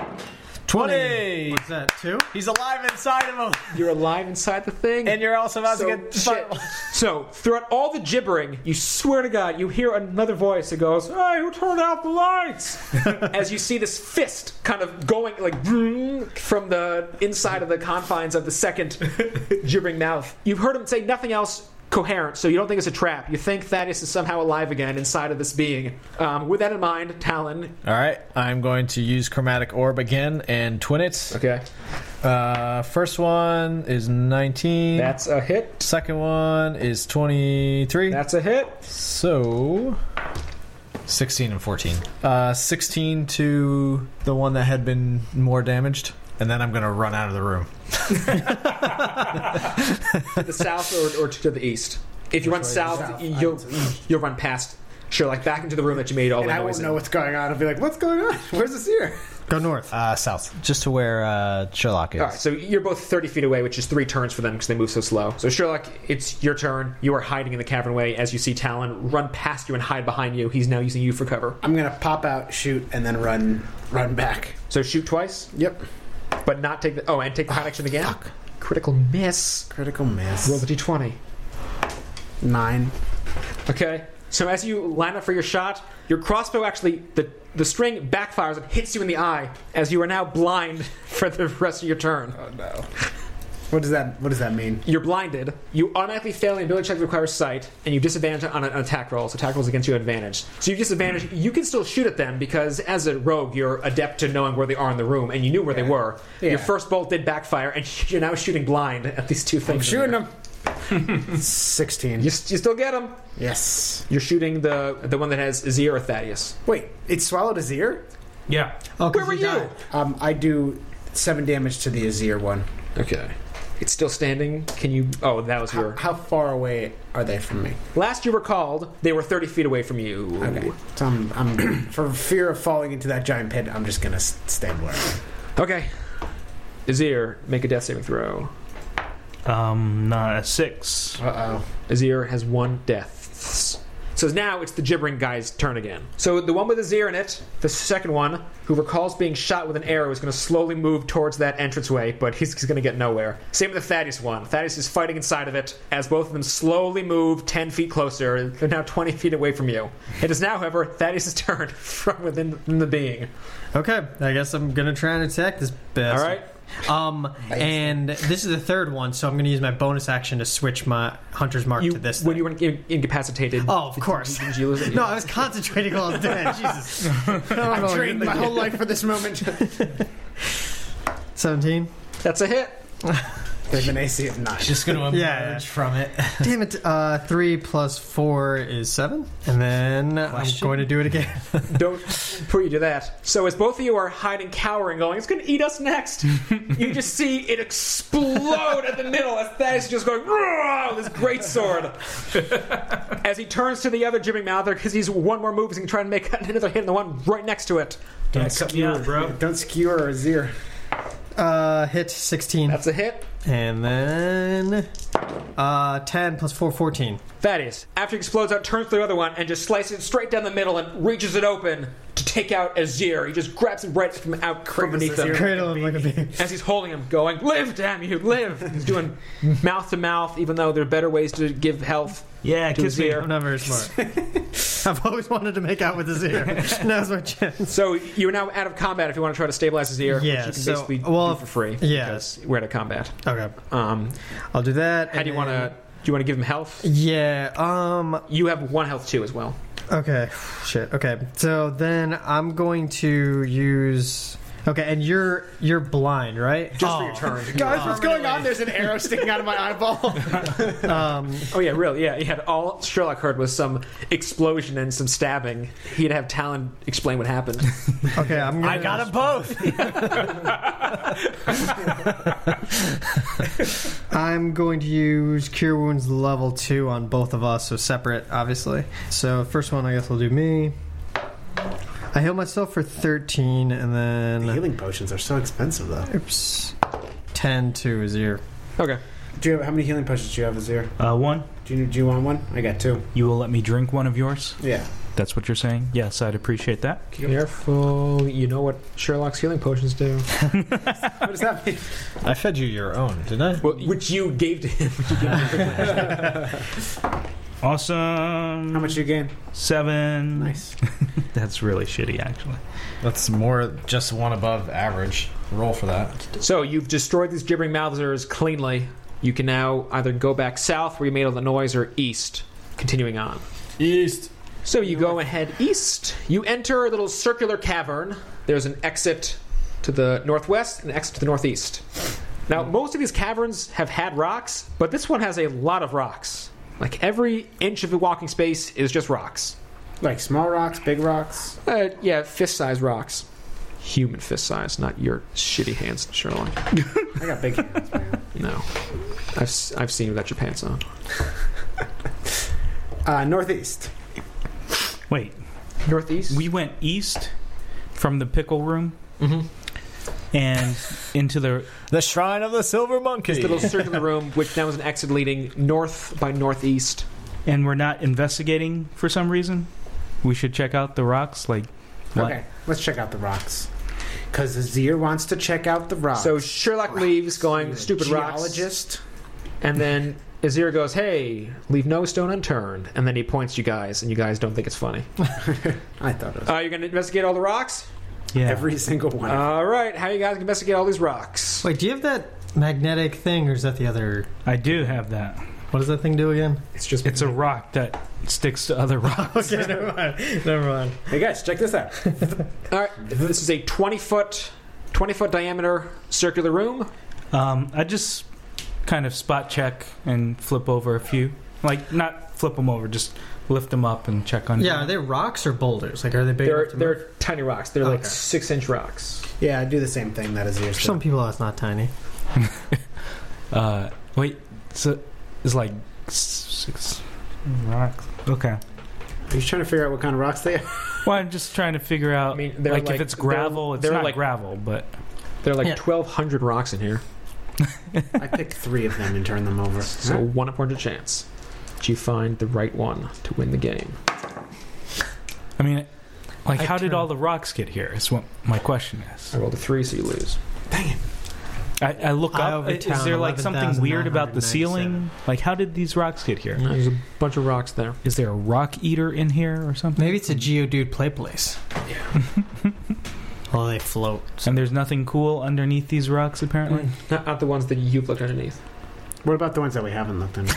Speaker 7: Twenty.
Speaker 3: Is that two?
Speaker 7: He's alive inside of him,
Speaker 6: You're alive inside the thing,
Speaker 7: and you're also about to
Speaker 6: So,
Speaker 7: get.
Speaker 6: shit. so throughout all the gibbering, you swear to God, you hear another voice that goes, "Hey, who turned out the lights?" As you see this fist kind of going like vroom from the inside of the confines of the second gibbering mouth. You've heard him say nothing else. Coherent, so you don't think it's a trap. You think Thaddeus is somehow alive again inside of this being. Um, with that in mind, Talon.
Speaker 7: All right, I'm going to use chromatic orb again and twin it.
Speaker 6: Okay,
Speaker 7: Uh, first one is 19.
Speaker 6: that's a hit.
Speaker 7: Second one is 23.
Speaker 6: That's a hit.
Speaker 7: so 16 and 14. Uh, 16 to the one that had been more damaged. And then I'm going to run out of the room.
Speaker 6: to the south or, or to the east. If you run south, you'll you'll run past Sherlock back into the room that you made all
Speaker 9: And
Speaker 6: the
Speaker 9: I
Speaker 6: noise.
Speaker 9: won't
Speaker 6: in.
Speaker 9: know what's going on. I'll be like, "What's going on? Where's this here?"
Speaker 3: Go north.
Speaker 7: Uh, south. Just to where uh, Sherlock is.
Speaker 6: All right, so you're both 30 feet away, which is three turns for them because they move so slow. So Sherlock, it's your turn. You are hiding in the cavern way as you see Talon run past you and hide behind you. He's now using you for cover.
Speaker 9: I'm gonna pop out, shoot, and then run, run back.
Speaker 6: So shoot twice,
Speaker 9: Yep.
Speaker 6: but not take the oh, and take the hot action again. Critical miss.
Speaker 9: Critical
Speaker 6: Roll
Speaker 9: miss.
Speaker 6: the d20.
Speaker 9: Nine.
Speaker 6: Okay. So as you line up for your shot, your crossbow actually the the string backfires and hits you in the eye as you are now blind for the rest of your turn.
Speaker 9: Oh, What does that? What does that mean?
Speaker 6: You're blinded. You automatically fail an ability check that requires sight, and you disadvantage on an attack roll. So attack rolls against you advantage. So you disadvantage. You can still shoot at them because as a rogue, you're adept to knowing where they are in the room, and you knew where they were.
Speaker 9: Yeah.
Speaker 6: Your first bolt did backfire, and you're now shooting blind at these two things. in
Speaker 9: Shooting
Speaker 6: the air.
Speaker 9: them. Sixteen.
Speaker 6: You, s- you still get them.
Speaker 9: Yes.
Speaker 6: You're shooting the the one that has Azir or Thaddeus.
Speaker 9: Wait, it swallowed his ear.
Speaker 12: Yeah.
Speaker 3: Oh, 'cause
Speaker 6: Where were you?
Speaker 3: died.
Speaker 9: Um, I do seven damage to the Azir one.
Speaker 6: Okay. It's still standing. Can you? Oh, that was
Speaker 9: How,
Speaker 6: your.
Speaker 9: how far away are they from me?
Speaker 6: Last you were called, they were 30 feet away from you.
Speaker 9: Okay. So I'm, I'm for fear of falling into that giant pit. I'm just gonna s- stay where.
Speaker 6: Okay. Azir, make a death saving throw.
Speaker 4: Um, not a six.
Speaker 9: Uh oh.
Speaker 6: Azir has one death. So now it's the gibbering guy's turn again. So the one with Azir in it, the second one, who recalls being shot with an arrow, is going to slowly move towards that entranceway, but he's, he's going to get nowhere. Same with the Thaddeus one. Thaddeus is fighting inside of it as both of them slowly move 10 feet closer. They're now 20 feet away from you. It is now, however, Thaddeus' turn from within the being.
Speaker 3: Okay, I guess I'm gonna try and attack this
Speaker 6: All
Speaker 3: bastard.
Speaker 6: right?
Speaker 3: Um, and this is the third one, so I'm gonna use my bonus action to switch my hunter's mark
Speaker 6: You,
Speaker 3: to this.
Speaker 6: when
Speaker 3: thing.
Speaker 6: you were in- incapacitated.
Speaker 3: oh, of course.
Speaker 6: did you lose it?
Speaker 3: no, I was concentrating while I was doing it. Jesus.
Speaker 9: I've trained my whole life for this moment.
Speaker 3: 17.
Speaker 6: That's a hit.
Speaker 9: They've been AC at nine.
Speaker 7: Just going to emerge
Speaker 3: Yeah.
Speaker 7: from it.
Speaker 3: Damn it. Uh, 3 plus 4 is 7. And then I'm going to do it again.
Speaker 6: Don't put you to that. So as both of you are hiding, cowering, going, it's going to eat us next. you just see it explode at the middle as Thaddeus is just going "Roar!" with his great sword. as he turns to the other Jimmy Mouther because he's one more move, he's going to try and make another hit on the one right next to it.
Speaker 12: Don't cut me out, bro.
Speaker 9: Don't skewer Azir.
Speaker 3: Uh, hit 16.
Speaker 6: That's a hit.
Speaker 3: and then uh, 10 plus 4, 14.
Speaker 6: That is. After he explodes out, turns to the other one and just slices it straight down the middle and reaches it open to take out Azir. He just grabs him right from out from beneath him.
Speaker 3: Cradle him like a baby.
Speaker 6: As he's holding him, going, Live, damn you, live! He's doing mouth to mouth, even though there are better ways to give health.
Speaker 4: Yeah,
Speaker 6: To
Speaker 4: kiss
Speaker 6: his
Speaker 4: me.
Speaker 6: ear.
Speaker 3: I'm not very smart. I've always wanted to make out with his ear. Now's my chance.
Speaker 6: So you're now out of combat if you want to try to stabilize his ear. which
Speaker 3: Yeah,
Speaker 6: you can
Speaker 3: so-
Speaker 6: basically
Speaker 3: well,
Speaker 6: do for free.
Speaker 3: yeah.
Speaker 6: Because we're out of combat.
Speaker 3: Okay.
Speaker 6: Um,
Speaker 3: I'll do that.
Speaker 6: how do you want to. Do you want to give him health?
Speaker 3: Yeah, um,
Speaker 6: You have one health too, as well.
Speaker 3: Okay. Shit. Okay. So then I'm going to use. Okay, and you're you're blind, right?
Speaker 6: Just for your turn.
Speaker 9: Guys, what's going on? There's an arrow sticking out of my eyeball.
Speaker 3: Um,
Speaker 6: Oh yeah, really? Yeah, he had all Sherlock heard was some explosion and some stabbing. He'd have Talon explain what happened.
Speaker 3: Okay, I'm. Gonna,
Speaker 2: them both.
Speaker 3: I'm going to use Cure Wounds level two on both of us, so separate, obviously. So first one, I guess will do me. I heal myself for 13, and
Speaker 9: The
Speaker 3: then
Speaker 9: healing potions are so expensive, though.
Speaker 3: oops, 10 to Azir.
Speaker 6: Okay.
Speaker 9: Do you have how many healing potions do you have, Azir?
Speaker 4: Uh, one,
Speaker 9: Do you do you want one? I got two.
Speaker 4: you will let me drink one of yours.
Speaker 9: Yeah.
Speaker 4: That's what you're saying. Yes, I'd appreciate that.
Speaker 6: Careful. You know what Sherlock's healing potions do.
Speaker 9: What does that mean?
Speaker 2: I fed you your own, didn't I?
Speaker 6: Well, which you gave to him.
Speaker 4: Awesome.
Speaker 9: How much you gain?
Speaker 4: Seven. That's really shitty, actually.
Speaker 2: That's more just one above average. Roll for that.
Speaker 6: So you've destroyed these gibbering mouthers cleanly. You can now either go back south where you made all the noise or east, continuing on.
Speaker 2: East.
Speaker 6: So you go and head east. You enter a little circular cavern. There's an exit to the northwest and an exit to the northeast. Now, most of these caverns have had rocks, but this one has a lot of rocks. Like every inch of the walking space is just rocks.
Speaker 9: Like small rocks, big rocks.
Speaker 6: Uh, yeah, fist-sized rocks. Human fist size, not your shitty hands, Sherlock.
Speaker 9: I got big hands, man.
Speaker 6: No. I've, s- I've seen you without your pants on.
Speaker 9: Uh, northeast.
Speaker 4: Wait,
Speaker 6: Northeast?
Speaker 4: we went east from the pickle room
Speaker 9: Mm-hmm.
Speaker 4: and into the.
Speaker 2: The Shrine of the Silver Monkey.
Speaker 6: This little circular room, which now is an exit leading north by northeast.
Speaker 4: And we're not investigating for some reason. We should check out the rocks. Like, what?
Speaker 9: Okay, let's check out the rocks. Because Azir wants to check out the rocks.
Speaker 6: So Sherlock leaves, going
Speaker 9: Ah, You're a
Speaker 6: stupid rocks,
Speaker 9: geologist.
Speaker 6: and then Azir goes, "Hey, leave no stone unturned," and then he points you guys, and you guys don't think it's funny.
Speaker 9: I thought it was
Speaker 6: Uh, you're gonna investigate all the rocks.
Speaker 4: Yeah.
Speaker 9: every single one.
Speaker 6: All right, how you guys gonna investigate all these rocks?
Speaker 3: Wait, do you have that magnetic thing, or is that the other?
Speaker 4: I do have that.
Speaker 3: What does that thing do again?
Speaker 6: It's just
Speaker 4: It's a rock that sticks to other rocks.
Speaker 3: Okay, never mind. Never mind.
Speaker 9: hey guys, check this out.
Speaker 6: all right. This is a 20 foot, 20 foot diameter circular room.
Speaker 4: Um, I just kind of spot check and flip over a few. Like, not flip them over, just lift them up and check on
Speaker 3: Yeah, are they rocks or boulders? Like, are they big?
Speaker 6: They're
Speaker 3: enough to move?
Speaker 6: they're tiny rocks. They're like
Speaker 3: Okay.
Speaker 6: six inch rocks.
Speaker 9: yeah, I do the same thing that Azir's
Speaker 3: For some people, that's not tiny.
Speaker 4: Uh, wait, so it's like s- six rocks. Okay.
Speaker 9: Are you trying to figure out what kind of rocks they are?
Speaker 4: Well, I'm just trying to figure out.
Speaker 6: I mean, they're
Speaker 4: Uh, like,
Speaker 6: like-
Speaker 4: if it's gravel,
Speaker 6: they're-
Speaker 4: it's
Speaker 6: they're
Speaker 4: not
Speaker 6: like-
Speaker 4: gravel, but
Speaker 6: There are like
Speaker 3: Yeah.
Speaker 6: 1,200 rocks in here,
Speaker 9: I picked three of them and turned them over.
Speaker 6: so one up hundred chance. Do you find the right one to win the game?
Speaker 4: I mean, like,
Speaker 3: I
Speaker 4: how did
Speaker 3: turn-
Speaker 4: all the rocks get here? Is what my question is.
Speaker 6: I rolled a three, so you lose.
Speaker 4: I, I look
Speaker 3: I
Speaker 4: up. Is
Speaker 3: overtown
Speaker 4: there like something weird about the ceiling? Like, how did these rocks get here?
Speaker 6: There's a bunch of rocks there.
Speaker 4: Is there a rock eater in here or something?
Speaker 3: Maybe it's a geodude play place. well, they float.
Speaker 4: And there's nothing cool underneath these rocks, apparently.
Speaker 6: Not, not the ones that you've looked underneath.
Speaker 9: What about the ones that we haven't looked into?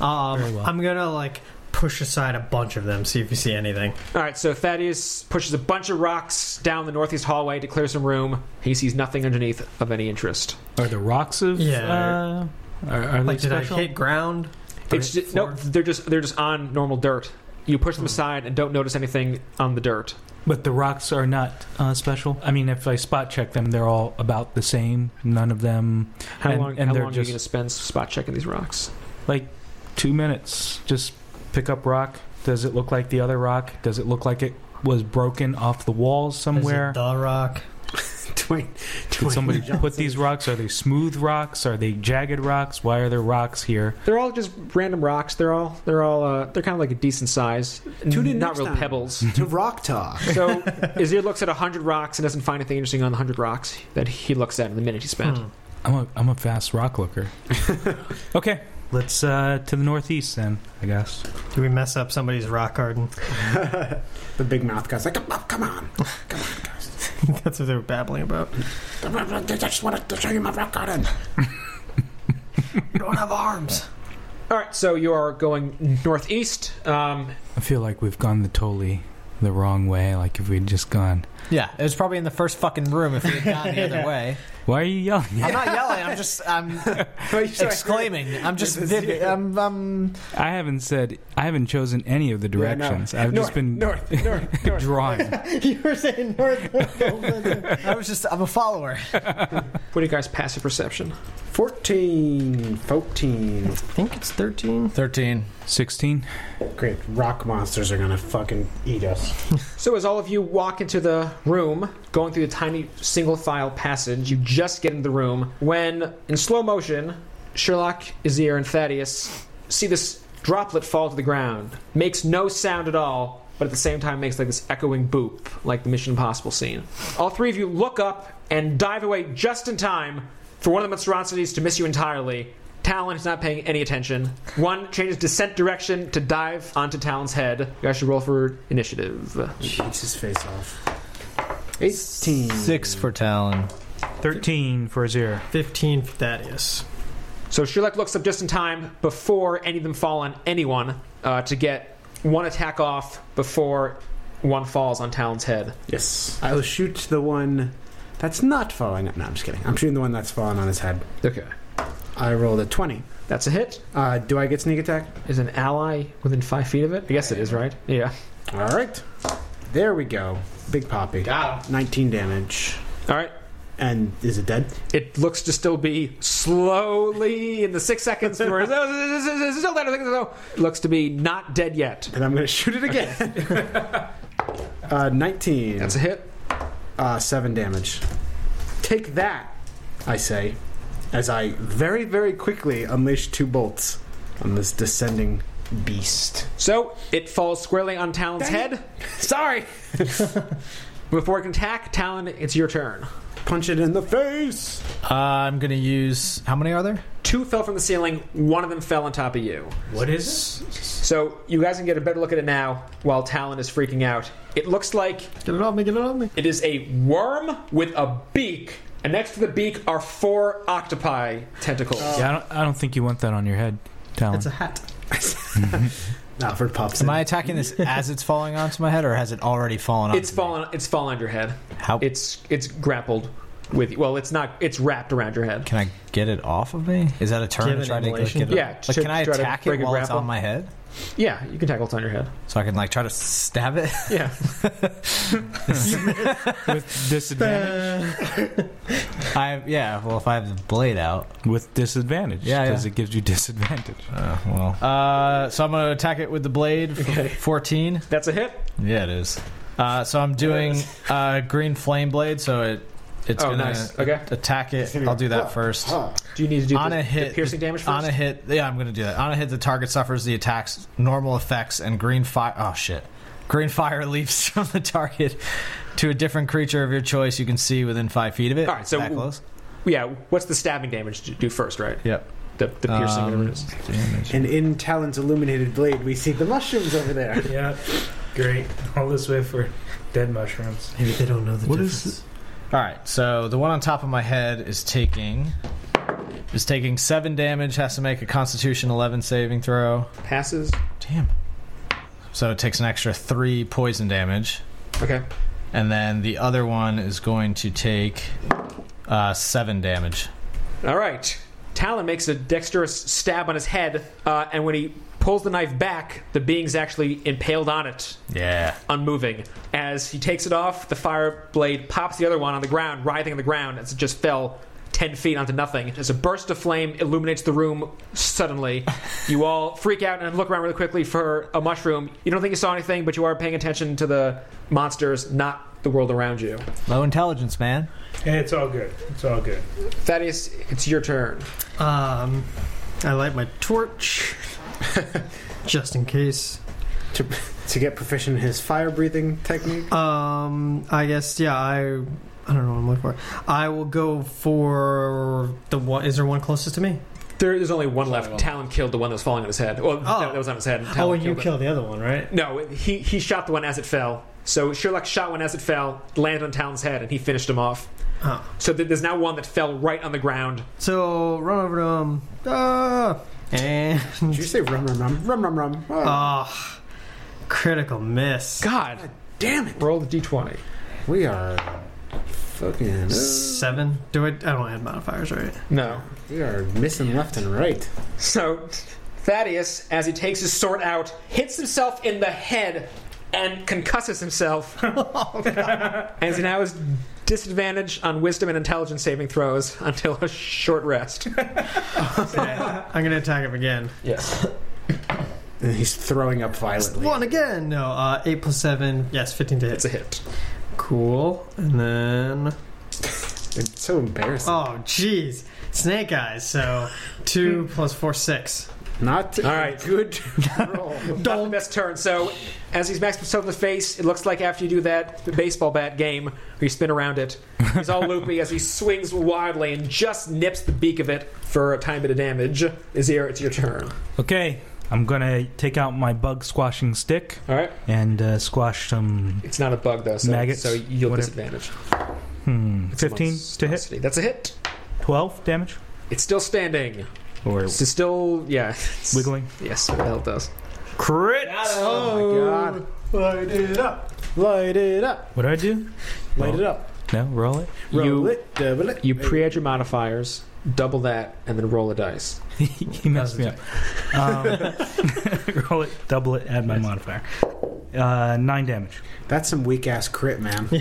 Speaker 3: Um,
Speaker 4: Very well.
Speaker 3: I'm gonna like push aside a bunch of them, see if you see anything.
Speaker 6: All right, so Thaddeus pushes a bunch of rocks down the northeast hallway to clear some room. He sees nothing underneath of any interest.
Speaker 4: Mm. Are the rocks of?
Speaker 3: Yeah.
Speaker 4: Uh, are, are
Speaker 3: Like,
Speaker 4: they
Speaker 3: did I
Speaker 4: special?
Speaker 3: hit ground?
Speaker 6: It's just, no, they're just they're just on normal dirt. You push them aside and don't notice anything on the dirt.
Speaker 4: But the rocks are not uh, special. I mean, if I spot check them, they're all about the same. None of them.
Speaker 6: How
Speaker 4: And-
Speaker 6: long?
Speaker 4: and
Speaker 6: how
Speaker 4: they're
Speaker 6: long are you
Speaker 4: just-
Speaker 6: going to spend spot checking these rocks?
Speaker 4: Two minutes. Just pick up rock. Does it look like the other rock? Does it look like it was broken off the walls
Speaker 3: Is it
Speaker 4: somewhere?
Speaker 3: the rock.
Speaker 9: Dwayne.
Speaker 4: Did
Speaker 9: Dwayne
Speaker 4: somebody
Speaker 9: Johnson.
Speaker 4: put these rocks? Are they smooth rocks? Are they jagged rocks? Why are there rocks here?
Speaker 6: They're all just random rocks. They're all they're all uh, they're kind of like a decent size.
Speaker 9: Tune in
Speaker 6: not
Speaker 9: next
Speaker 6: real
Speaker 9: time.
Speaker 6: pebbles.
Speaker 9: to rock talk.
Speaker 6: So Azir looks at hundred rocks and doesn't find anything interesting on the hundred rocks that he looks at in the minute he spent.
Speaker 4: I'm a I'm a fast rock looker. okay, let's uh, to the northeast then. I guess.
Speaker 3: Do we mess up somebody's rock garden?
Speaker 9: the big mouth guy's like, come on, come on.
Speaker 3: That's what they were babbling about.
Speaker 9: I just wanted to show you my rock garden.
Speaker 3: You don't have arms.
Speaker 6: All right, so you are going northeast. Um,
Speaker 4: I feel like we've gone the totally the wrong way. Like if we'd just gone.
Speaker 7: Yeah, it was probably in the first fucking room if we had gone the other way.
Speaker 4: Why are you yelling?
Speaker 7: I'm not yelling. I'm just I'm exclaiming. I'm just vivid. I'm, I'm
Speaker 4: I haven't said. I haven't chosen any of the
Speaker 9: Yeah, no.
Speaker 4: directions. I've
Speaker 9: north,
Speaker 4: just been
Speaker 9: north, north, north.
Speaker 4: drawing.
Speaker 3: you were saying north.
Speaker 7: I was just I'm a follower.
Speaker 6: what do you guys passive perception?
Speaker 9: 14, 14.
Speaker 3: I think it's thirteen.
Speaker 7: Thirteen.
Speaker 4: Sixteen.
Speaker 9: Great. Rock monsters are going to fucking eat us.
Speaker 6: So as all of you walk into the room, going through the tiny single file passage, you just get into the room when, in slow motion, Sherlock, Azir, and Thaddeus see this droplet fall to the ground. Makes no sound at all, but at the same time makes like this echoing boop, like the Mission Impossible scene. All three of you look up and dive away just in time for one of the monstrosities to miss you entirely. Talon is not paying any attention. One changes descent direction to dive onto Talon's head. You guys should roll for initiative.
Speaker 9: Eats his face off. 18.
Speaker 7: Six for Talon.
Speaker 4: Thirteen for Azir.
Speaker 3: Fifteen for Thaddeus.
Speaker 6: So Sherlock looks up just in time before any of them fall on anyone uh, to get one attack off before one falls on Talon's head.
Speaker 9: Yes. I will shoot the one that's not falling. No, I'm just kidding. I'm shooting the one that's falling on his head.
Speaker 6: Okay.
Speaker 9: I rolled a 20.
Speaker 6: That's a hit.
Speaker 9: Uh, do I get sneak attack?
Speaker 6: Is an ally within five feet of it? I guess it is, right? Yeah.
Speaker 9: All right. There we go. Big Poppy.
Speaker 6: Got
Speaker 9: 19 damage.
Speaker 6: All right.
Speaker 9: And is it dead?
Speaker 6: It looks to still be slowly in the six seconds. where it's- it's still dead, It looks to be not dead yet.
Speaker 9: And I'm going to shoot it again. uh, 19.
Speaker 6: That's a hit.
Speaker 9: uh, 7 damage. Take that, I say, as I very, very quickly unleash two bolts on this descending beast.
Speaker 6: So it falls squarely on Talon's head. Sorry. Before it can attack, Talon, it's your turn.
Speaker 9: Punch it in the face!
Speaker 7: I'm gonna use how many are there?
Speaker 6: Two fell from the ceiling. One of them fell on top of you.
Speaker 7: What is?
Speaker 6: So you guys can get a better look at it now while Talon is freaking out. It looks like
Speaker 3: Get it off me! Get it off me!
Speaker 6: it is a worm with a beak, and next to the beak are four octopi tentacles.
Speaker 4: Yeah, I don't. I don't think you want that on your head, Talon.
Speaker 3: It's a hat.
Speaker 9: Alfred pops in.
Speaker 7: Am I attacking this as it's falling onto my head, or has it already fallen? onto
Speaker 6: it's fallen. It's fallen on your head.
Speaker 7: How
Speaker 6: It's it's grappled with you. Well, it's not. It's wrapped around your head.
Speaker 7: can I get it off of me? Is that a
Speaker 3: Do
Speaker 7: turn
Speaker 3: you
Speaker 7: to
Speaker 3: have
Speaker 7: try
Speaker 3: an
Speaker 7: to like,
Speaker 3: immolation?
Speaker 7: get it?
Speaker 6: Yeah,
Speaker 7: Like,
Speaker 6: to
Speaker 7: can I
Speaker 6: try to
Speaker 7: attack
Speaker 6: break
Speaker 7: it
Speaker 6: it
Speaker 7: while it's
Speaker 6: grapple.
Speaker 7: on my head,
Speaker 6: Yeah, you can tackle it's on your head.
Speaker 7: so I can like try to stab it?
Speaker 6: Yeah.
Speaker 4: with disadvantage.
Speaker 7: I yeah. Well, if I have the blade out,
Speaker 4: with disadvantage.
Speaker 7: Yeah,
Speaker 4: because
Speaker 7: yeah.
Speaker 4: it gives you disadvantage.
Speaker 7: uh, well. Uh, so I'm gonna attack it with the blade. for Fourteen.
Speaker 6: That's a hit.
Speaker 7: Yeah, it is. Uh, so I'm doing uh, green flame blade, so it it's
Speaker 6: Oh,
Speaker 7: gonna
Speaker 6: nice. Okay.
Speaker 7: attack it. I'll do that first.
Speaker 6: Do you need to do
Speaker 7: On
Speaker 6: the,
Speaker 7: a hit,
Speaker 6: the piercing damage first?
Speaker 7: On a hit, yeah, I'm gonna do that. On a hit, the target suffers the attack's normal effects, and green fire. Oh shit! Green fire leaps from the target to a different creature of your choice you can see within five feet of it.
Speaker 6: All right, so-
Speaker 7: that close.
Speaker 6: yeah. What's the stabbing damage to do first? Right.
Speaker 7: Yep.
Speaker 6: The, the piercing.
Speaker 7: Um,
Speaker 6: whatever it is.
Speaker 9: And in Talon's illuminated blade, we see the mushrooms over there.
Speaker 12: Yeah, great. All this way for dead mushrooms.
Speaker 3: Maybe they don't know the
Speaker 4: What is
Speaker 3: difference.
Speaker 7: All right, so the one on top of my head is taking is taking seven damage. Has to make a Constitution 11 saving throw.
Speaker 6: Passes.
Speaker 7: Damn. So it takes an extra three poison damage.
Speaker 6: Okay.
Speaker 7: And then the other one is going to take uh, seven damage.
Speaker 6: All right. Talon makes a dexterous stab on his head, uh, and when he pulls the knife back, the being's actually impaled on it,
Speaker 7: Yeah.
Speaker 6: unmoving. As he takes it off, the fire blade pops the other one on the ground, writhing on the ground as it just fell ten feet onto nothing. As a burst of flame illuminates the room suddenly, you all freak out and look around really quickly for a mushroom. You don't think you saw anything, but you are paying attention to the monsters, not the world around you.
Speaker 7: Low intelligence, man.
Speaker 13: Hey, it's all good. It's all good.
Speaker 6: Thaddeus, it's your turn.
Speaker 3: Um, I light my torch just in case.
Speaker 9: To, to get proficient in his fire breathing technique.
Speaker 3: Um, I guess yeah. I I don't know what I'm looking for. I will go for the one. Is there one closest to me?
Speaker 6: There, there's only one left. Talon killed the one that was falling on his head. Well, that, that was on his head. Talon
Speaker 3: oh, and you
Speaker 6: it.
Speaker 3: killed the other one, right?
Speaker 6: No, he he shot the one as it fell. So Sherlock shot one as it fell, landed on Talon's head, and he finished him off.
Speaker 3: Oh.
Speaker 6: So th- there's now one that fell right on the ground.
Speaker 3: So run over to him. Ah, and
Speaker 9: Did you say rum rum rum rum rum rum? Oh,
Speaker 7: Uh,
Speaker 3: ah, critical miss.
Speaker 6: God,
Speaker 9: damn it!
Speaker 6: roll the d20.
Speaker 9: We are fucking.
Speaker 3: Seven. Do I? I don't add modifiers, right?
Speaker 6: No.
Speaker 9: We are missing left and right.
Speaker 6: So Thaddeus, as he takes his sword out, hits himself in the head and concusses himself. Oh, and so now is disadvantage on wisdom and intelligence saving throws until a short rest.
Speaker 3: I'm gonna attack him again.
Speaker 6: Yes.
Speaker 9: And he's throwing up violently.
Speaker 3: One again. No. Uh, eight plus seven. Yes, fifteen to
Speaker 6: It's
Speaker 3: hit.
Speaker 6: a hit.
Speaker 3: Cool. And then.
Speaker 9: It's so embarrassing.
Speaker 3: Oh, jeez. Snake eyes. So two plus four, six.
Speaker 9: Not all
Speaker 6: right.
Speaker 9: Good roll.
Speaker 6: Double best turn. So, as he's maxed himself in the face, it looks like after you do that the baseball bat game, where you spin around it, he's all loopy as he swings wildly and just nips the beak of it for a tiny bit of damage. Azir, it's your turn.
Speaker 4: Okay, I'm gonna take out my bug squashing stick
Speaker 6: All right.
Speaker 4: and uh, squash some.
Speaker 6: It's not a bug though, so,
Speaker 4: Maggots,
Speaker 6: so you'll
Speaker 4: whatever.
Speaker 6: disadvantage.
Speaker 4: Hmm,
Speaker 6: It's a
Speaker 4: 15 to hit,
Speaker 6: monstrosity. That's a hit.
Speaker 4: 12 damage,
Speaker 6: It's still standing.
Speaker 4: or
Speaker 6: It's still yeah. It's-
Speaker 4: wiggling.
Speaker 6: Yes, what the hell it does.
Speaker 4: Crit!
Speaker 9: Oh my god. Light it up. Light it up.
Speaker 4: What do I do?
Speaker 9: Light
Speaker 4: Roll.
Speaker 9: it up.
Speaker 4: No, roll it.
Speaker 9: Roll
Speaker 6: You-
Speaker 9: it. Double it.
Speaker 6: You pre-add your modifiers, double that, and then roll a dice.
Speaker 4: he messed me up. Um, roll it, double it, add my modifier. Uh, nine damage.
Speaker 9: That's some weak ass crit, man.
Speaker 6: All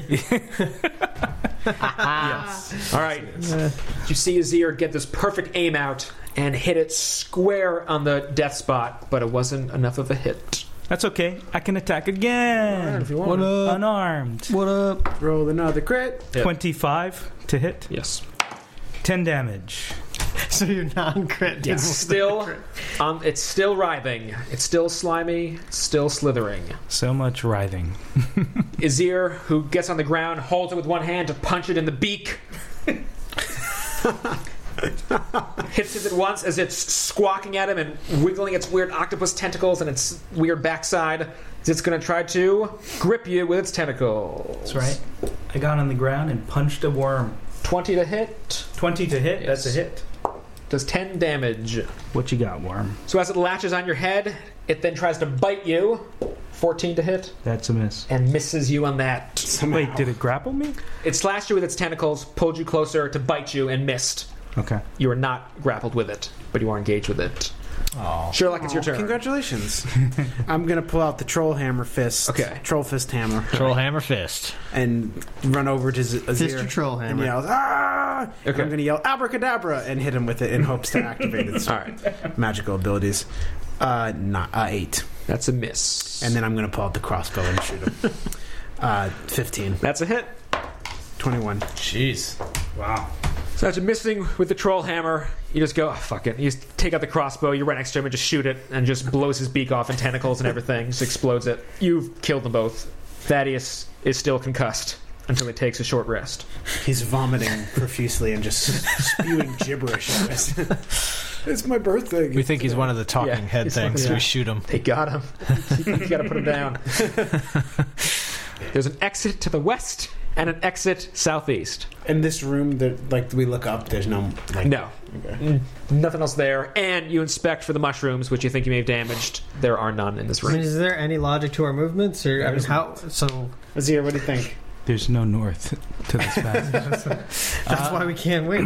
Speaker 6: right. You see Azir get this perfect aim out and hit it square on the death spot, but it wasn't enough of a hit.
Speaker 4: That's okay. I can attack again.
Speaker 9: What up?
Speaker 4: Unarmed.
Speaker 3: What up?
Speaker 9: Roll another crit.
Speaker 6: Yeah.
Speaker 4: 25 to hit.
Speaker 6: Yes.
Speaker 4: 10 damage.
Speaker 3: So you're non-crit.
Speaker 6: It's still um, it's still writhing. It's still slimy, it's still slithering.
Speaker 4: So much writhing.
Speaker 6: Azir, who gets on the ground, holds it with one hand to punch it in the beak. Hits it at once as it's squawking at him and wiggling its weird octopus tentacles and its weird backside. It's going to try to grip you with its tentacles.
Speaker 4: That's right. I got on the ground and punched a worm.
Speaker 6: 20 to hit
Speaker 4: 20 to hit. That's a
Speaker 6: Yes.
Speaker 4: hit.
Speaker 6: does 10 damage.
Speaker 4: What you got, worm?
Speaker 6: So as it latches on your head, it then tries to bite you. 14 to hit
Speaker 4: That's a miss.
Speaker 6: and misses you on that.
Speaker 9: Somehow.
Speaker 4: Wait, did it grapple me?
Speaker 6: It slashed you with its tentacles, pulled you closer to bite you, and missed.
Speaker 4: Okay.
Speaker 6: You are not grappled with it, but you are engaged with it. Sherlock, it's your turn.
Speaker 9: Congratulations. I'm gonna pull out the troll hammer fist.
Speaker 6: Okay.
Speaker 9: Troll fist hammer.
Speaker 2: Troll hammer fist.
Speaker 9: And run over to Z- Azir.
Speaker 3: Fist your troll
Speaker 9: and
Speaker 3: hammer.
Speaker 9: yells, ah!
Speaker 6: Okay.
Speaker 9: I'm going to yell abracadabra and hit him with it in hopes to activate its
Speaker 6: All right,
Speaker 9: magical abilities. Uh, not, uh, eight.
Speaker 6: that's a miss.
Speaker 9: And then I'm going to pull out the crossbow and shoot him. uh, 15.
Speaker 6: that's a hit.
Speaker 9: 21.
Speaker 2: Jeez.
Speaker 13: Wow.
Speaker 6: So after missing with the troll hammer, you just go, oh, fuck it. You just take out the crossbow, you're right next to him, and just shoot it, and just blows his beak off and tentacles and everything, just explodes it. You've killed them both. Thaddeus is still concussed until he takes a short rest.
Speaker 9: He's vomiting profusely and just spewing gibberish at us. it's my birthday.
Speaker 2: We think he's one of the talking
Speaker 6: Yeah,
Speaker 2: head
Speaker 6: he's
Speaker 2: things.
Speaker 6: one- yeah.
Speaker 2: We shoot him.
Speaker 6: They got him. you gotta put him down. There's an exit to the west and an exit southeast.
Speaker 9: In this room, that like we look up, there's no like
Speaker 6: No. Mm, Nothing else there. And you inspect for the mushrooms, which you think you may have damaged. There are none in this
Speaker 3: I mean,
Speaker 6: room.
Speaker 3: is there any logic to our movements, or I mean, how? So
Speaker 9: Azir, what do you think?
Speaker 4: There's no north to this passage.
Speaker 3: that's why we can't wait.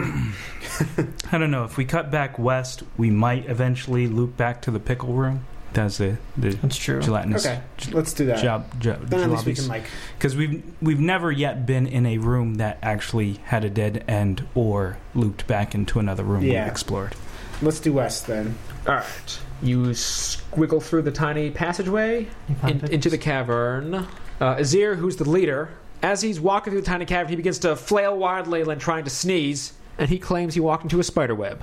Speaker 4: I don't know. If we cut back west, we might eventually loop back to the pickle room. That's the the That's true. gelatinous.
Speaker 9: Okay, let's do that.
Speaker 4: Job, job,
Speaker 9: Then at least we can like
Speaker 4: because we've we've never yet been in a room that actually had a dead end or looped back into another room
Speaker 9: Yeah.
Speaker 4: we explored.
Speaker 9: let's do west then.
Speaker 6: All right. You squiggle through the tiny passageway in, into the cavern. Uh, Azir, who's the leader, as he's walking through the tiny cavern, he begins to flail wildly and trying to sneeze, and he claims he walked into a spider web.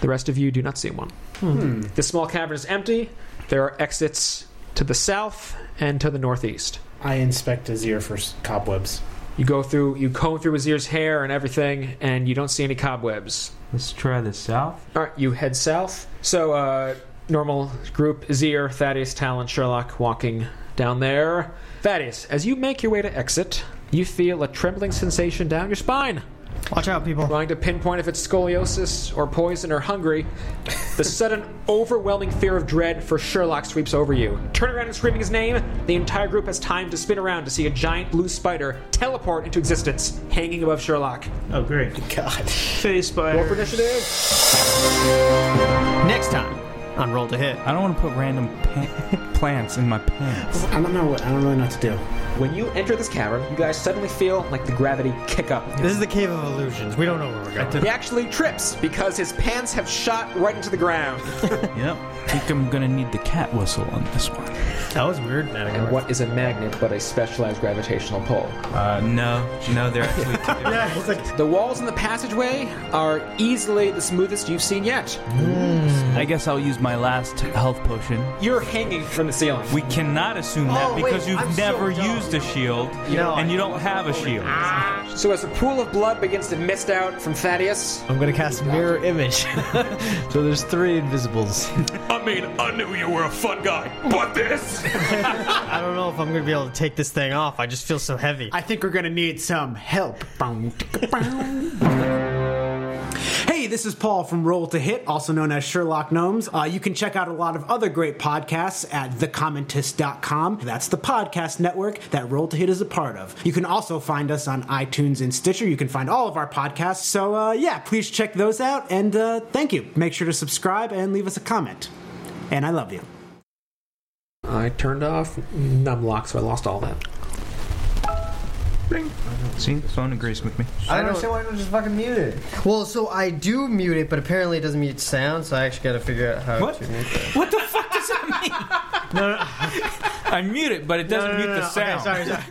Speaker 6: the rest of you do not see one.
Speaker 9: Hmm.
Speaker 6: This small cavern is empty. There are exits to the south and to the northeast.
Speaker 9: I inspect Azir for s- cobwebs.
Speaker 6: You go through, you comb through Azir's hair and everything, and you don't see any cobwebs.
Speaker 4: Let's try the south.
Speaker 6: All right, you head south. So, uh, normal group Azir, Thaddeus, Talon, Sherlock walking down there. Thaddeus, as you make your way to exit, you feel a trembling sensation down your spine.
Speaker 3: Watch out, people.
Speaker 6: Trying to pinpoint if it's scoliosis or poison or hungry, the sudden overwhelming fear of dread for Sherlock sweeps over you. Turn around and screaming his name, the entire group has time to spin around to see a giant blue spider teleport into existence, hanging above Sherlock.
Speaker 12: Oh, great.
Speaker 9: God.
Speaker 12: Face spider.
Speaker 6: Roll for initiative.
Speaker 3: Next time on Roll to Hit.
Speaker 4: I don't want to put random pa- plants in my pants.
Speaker 9: I don't know what I don't really know what to do.
Speaker 6: When you enter this cavern, you guys suddenly feel like the gravity kick up.
Speaker 3: This is the Cave of Illusions. We don't know where we're going.
Speaker 6: He actually trips because his pants have shot right into the ground.
Speaker 4: Yep. I think I'm gonna need the cat whistle on this one.
Speaker 3: That was weird. Matagorn.
Speaker 6: And what is a magnet but a specialized gravitational pull?
Speaker 4: Uh, no, no, they're actually.
Speaker 3: Yeah, it's like
Speaker 6: The walls in the passageway are easily the smoothest you've seen yet.
Speaker 4: I guess I'll use my last health potion.
Speaker 6: You're hanging from the ceiling.
Speaker 4: We cannot assume that
Speaker 3: Oh, wait,
Speaker 4: because you've
Speaker 3: I'm so
Speaker 4: never
Speaker 3: dumb.
Speaker 4: used a shield,
Speaker 3: No,
Speaker 4: and
Speaker 3: I-
Speaker 4: you don't have a shield.
Speaker 6: So as a pool of blood begins to mist out from Thaddeus,
Speaker 7: I'm gonna cast mirror image. so there's three invisibles.
Speaker 1: I mean, I knew you were a fun guy, but this?
Speaker 3: I don't know if I'm gonna be able to take this thing off. I just feel so heavy.
Speaker 9: I think we're gonna need some help. Boom, ticka, boom. Hey, this is Paul from Roll to Hit, also known as Sherlock Gnomes. Uh, you can check out a lot of other great podcasts at thecommentist.com. That's the podcast network that Roll to Hit is a part of. You can also find us on iTunes and Stitcher. You can find all of our podcasts. So, uh, yeah, please check those out. And uh, thank you. Make sure to subscribe and leave us a comment. And I love you.
Speaker 6: I turned off numlock, so I lost all that.
Speaker 4: See, the phone agrees with me.
Speaker 3: I don't understand why I don't just fucking mute it. Well, so I do mute it, but apparently it doesn't mute sound, so I actually gotta figure out how
Speaker 4: What?
Speaker 3: to mute that.
Speaker 4: What the fuck does that mean? no, no. I mute it, but it doesn't mute the sound.
Speaker 3: sorry, sorry.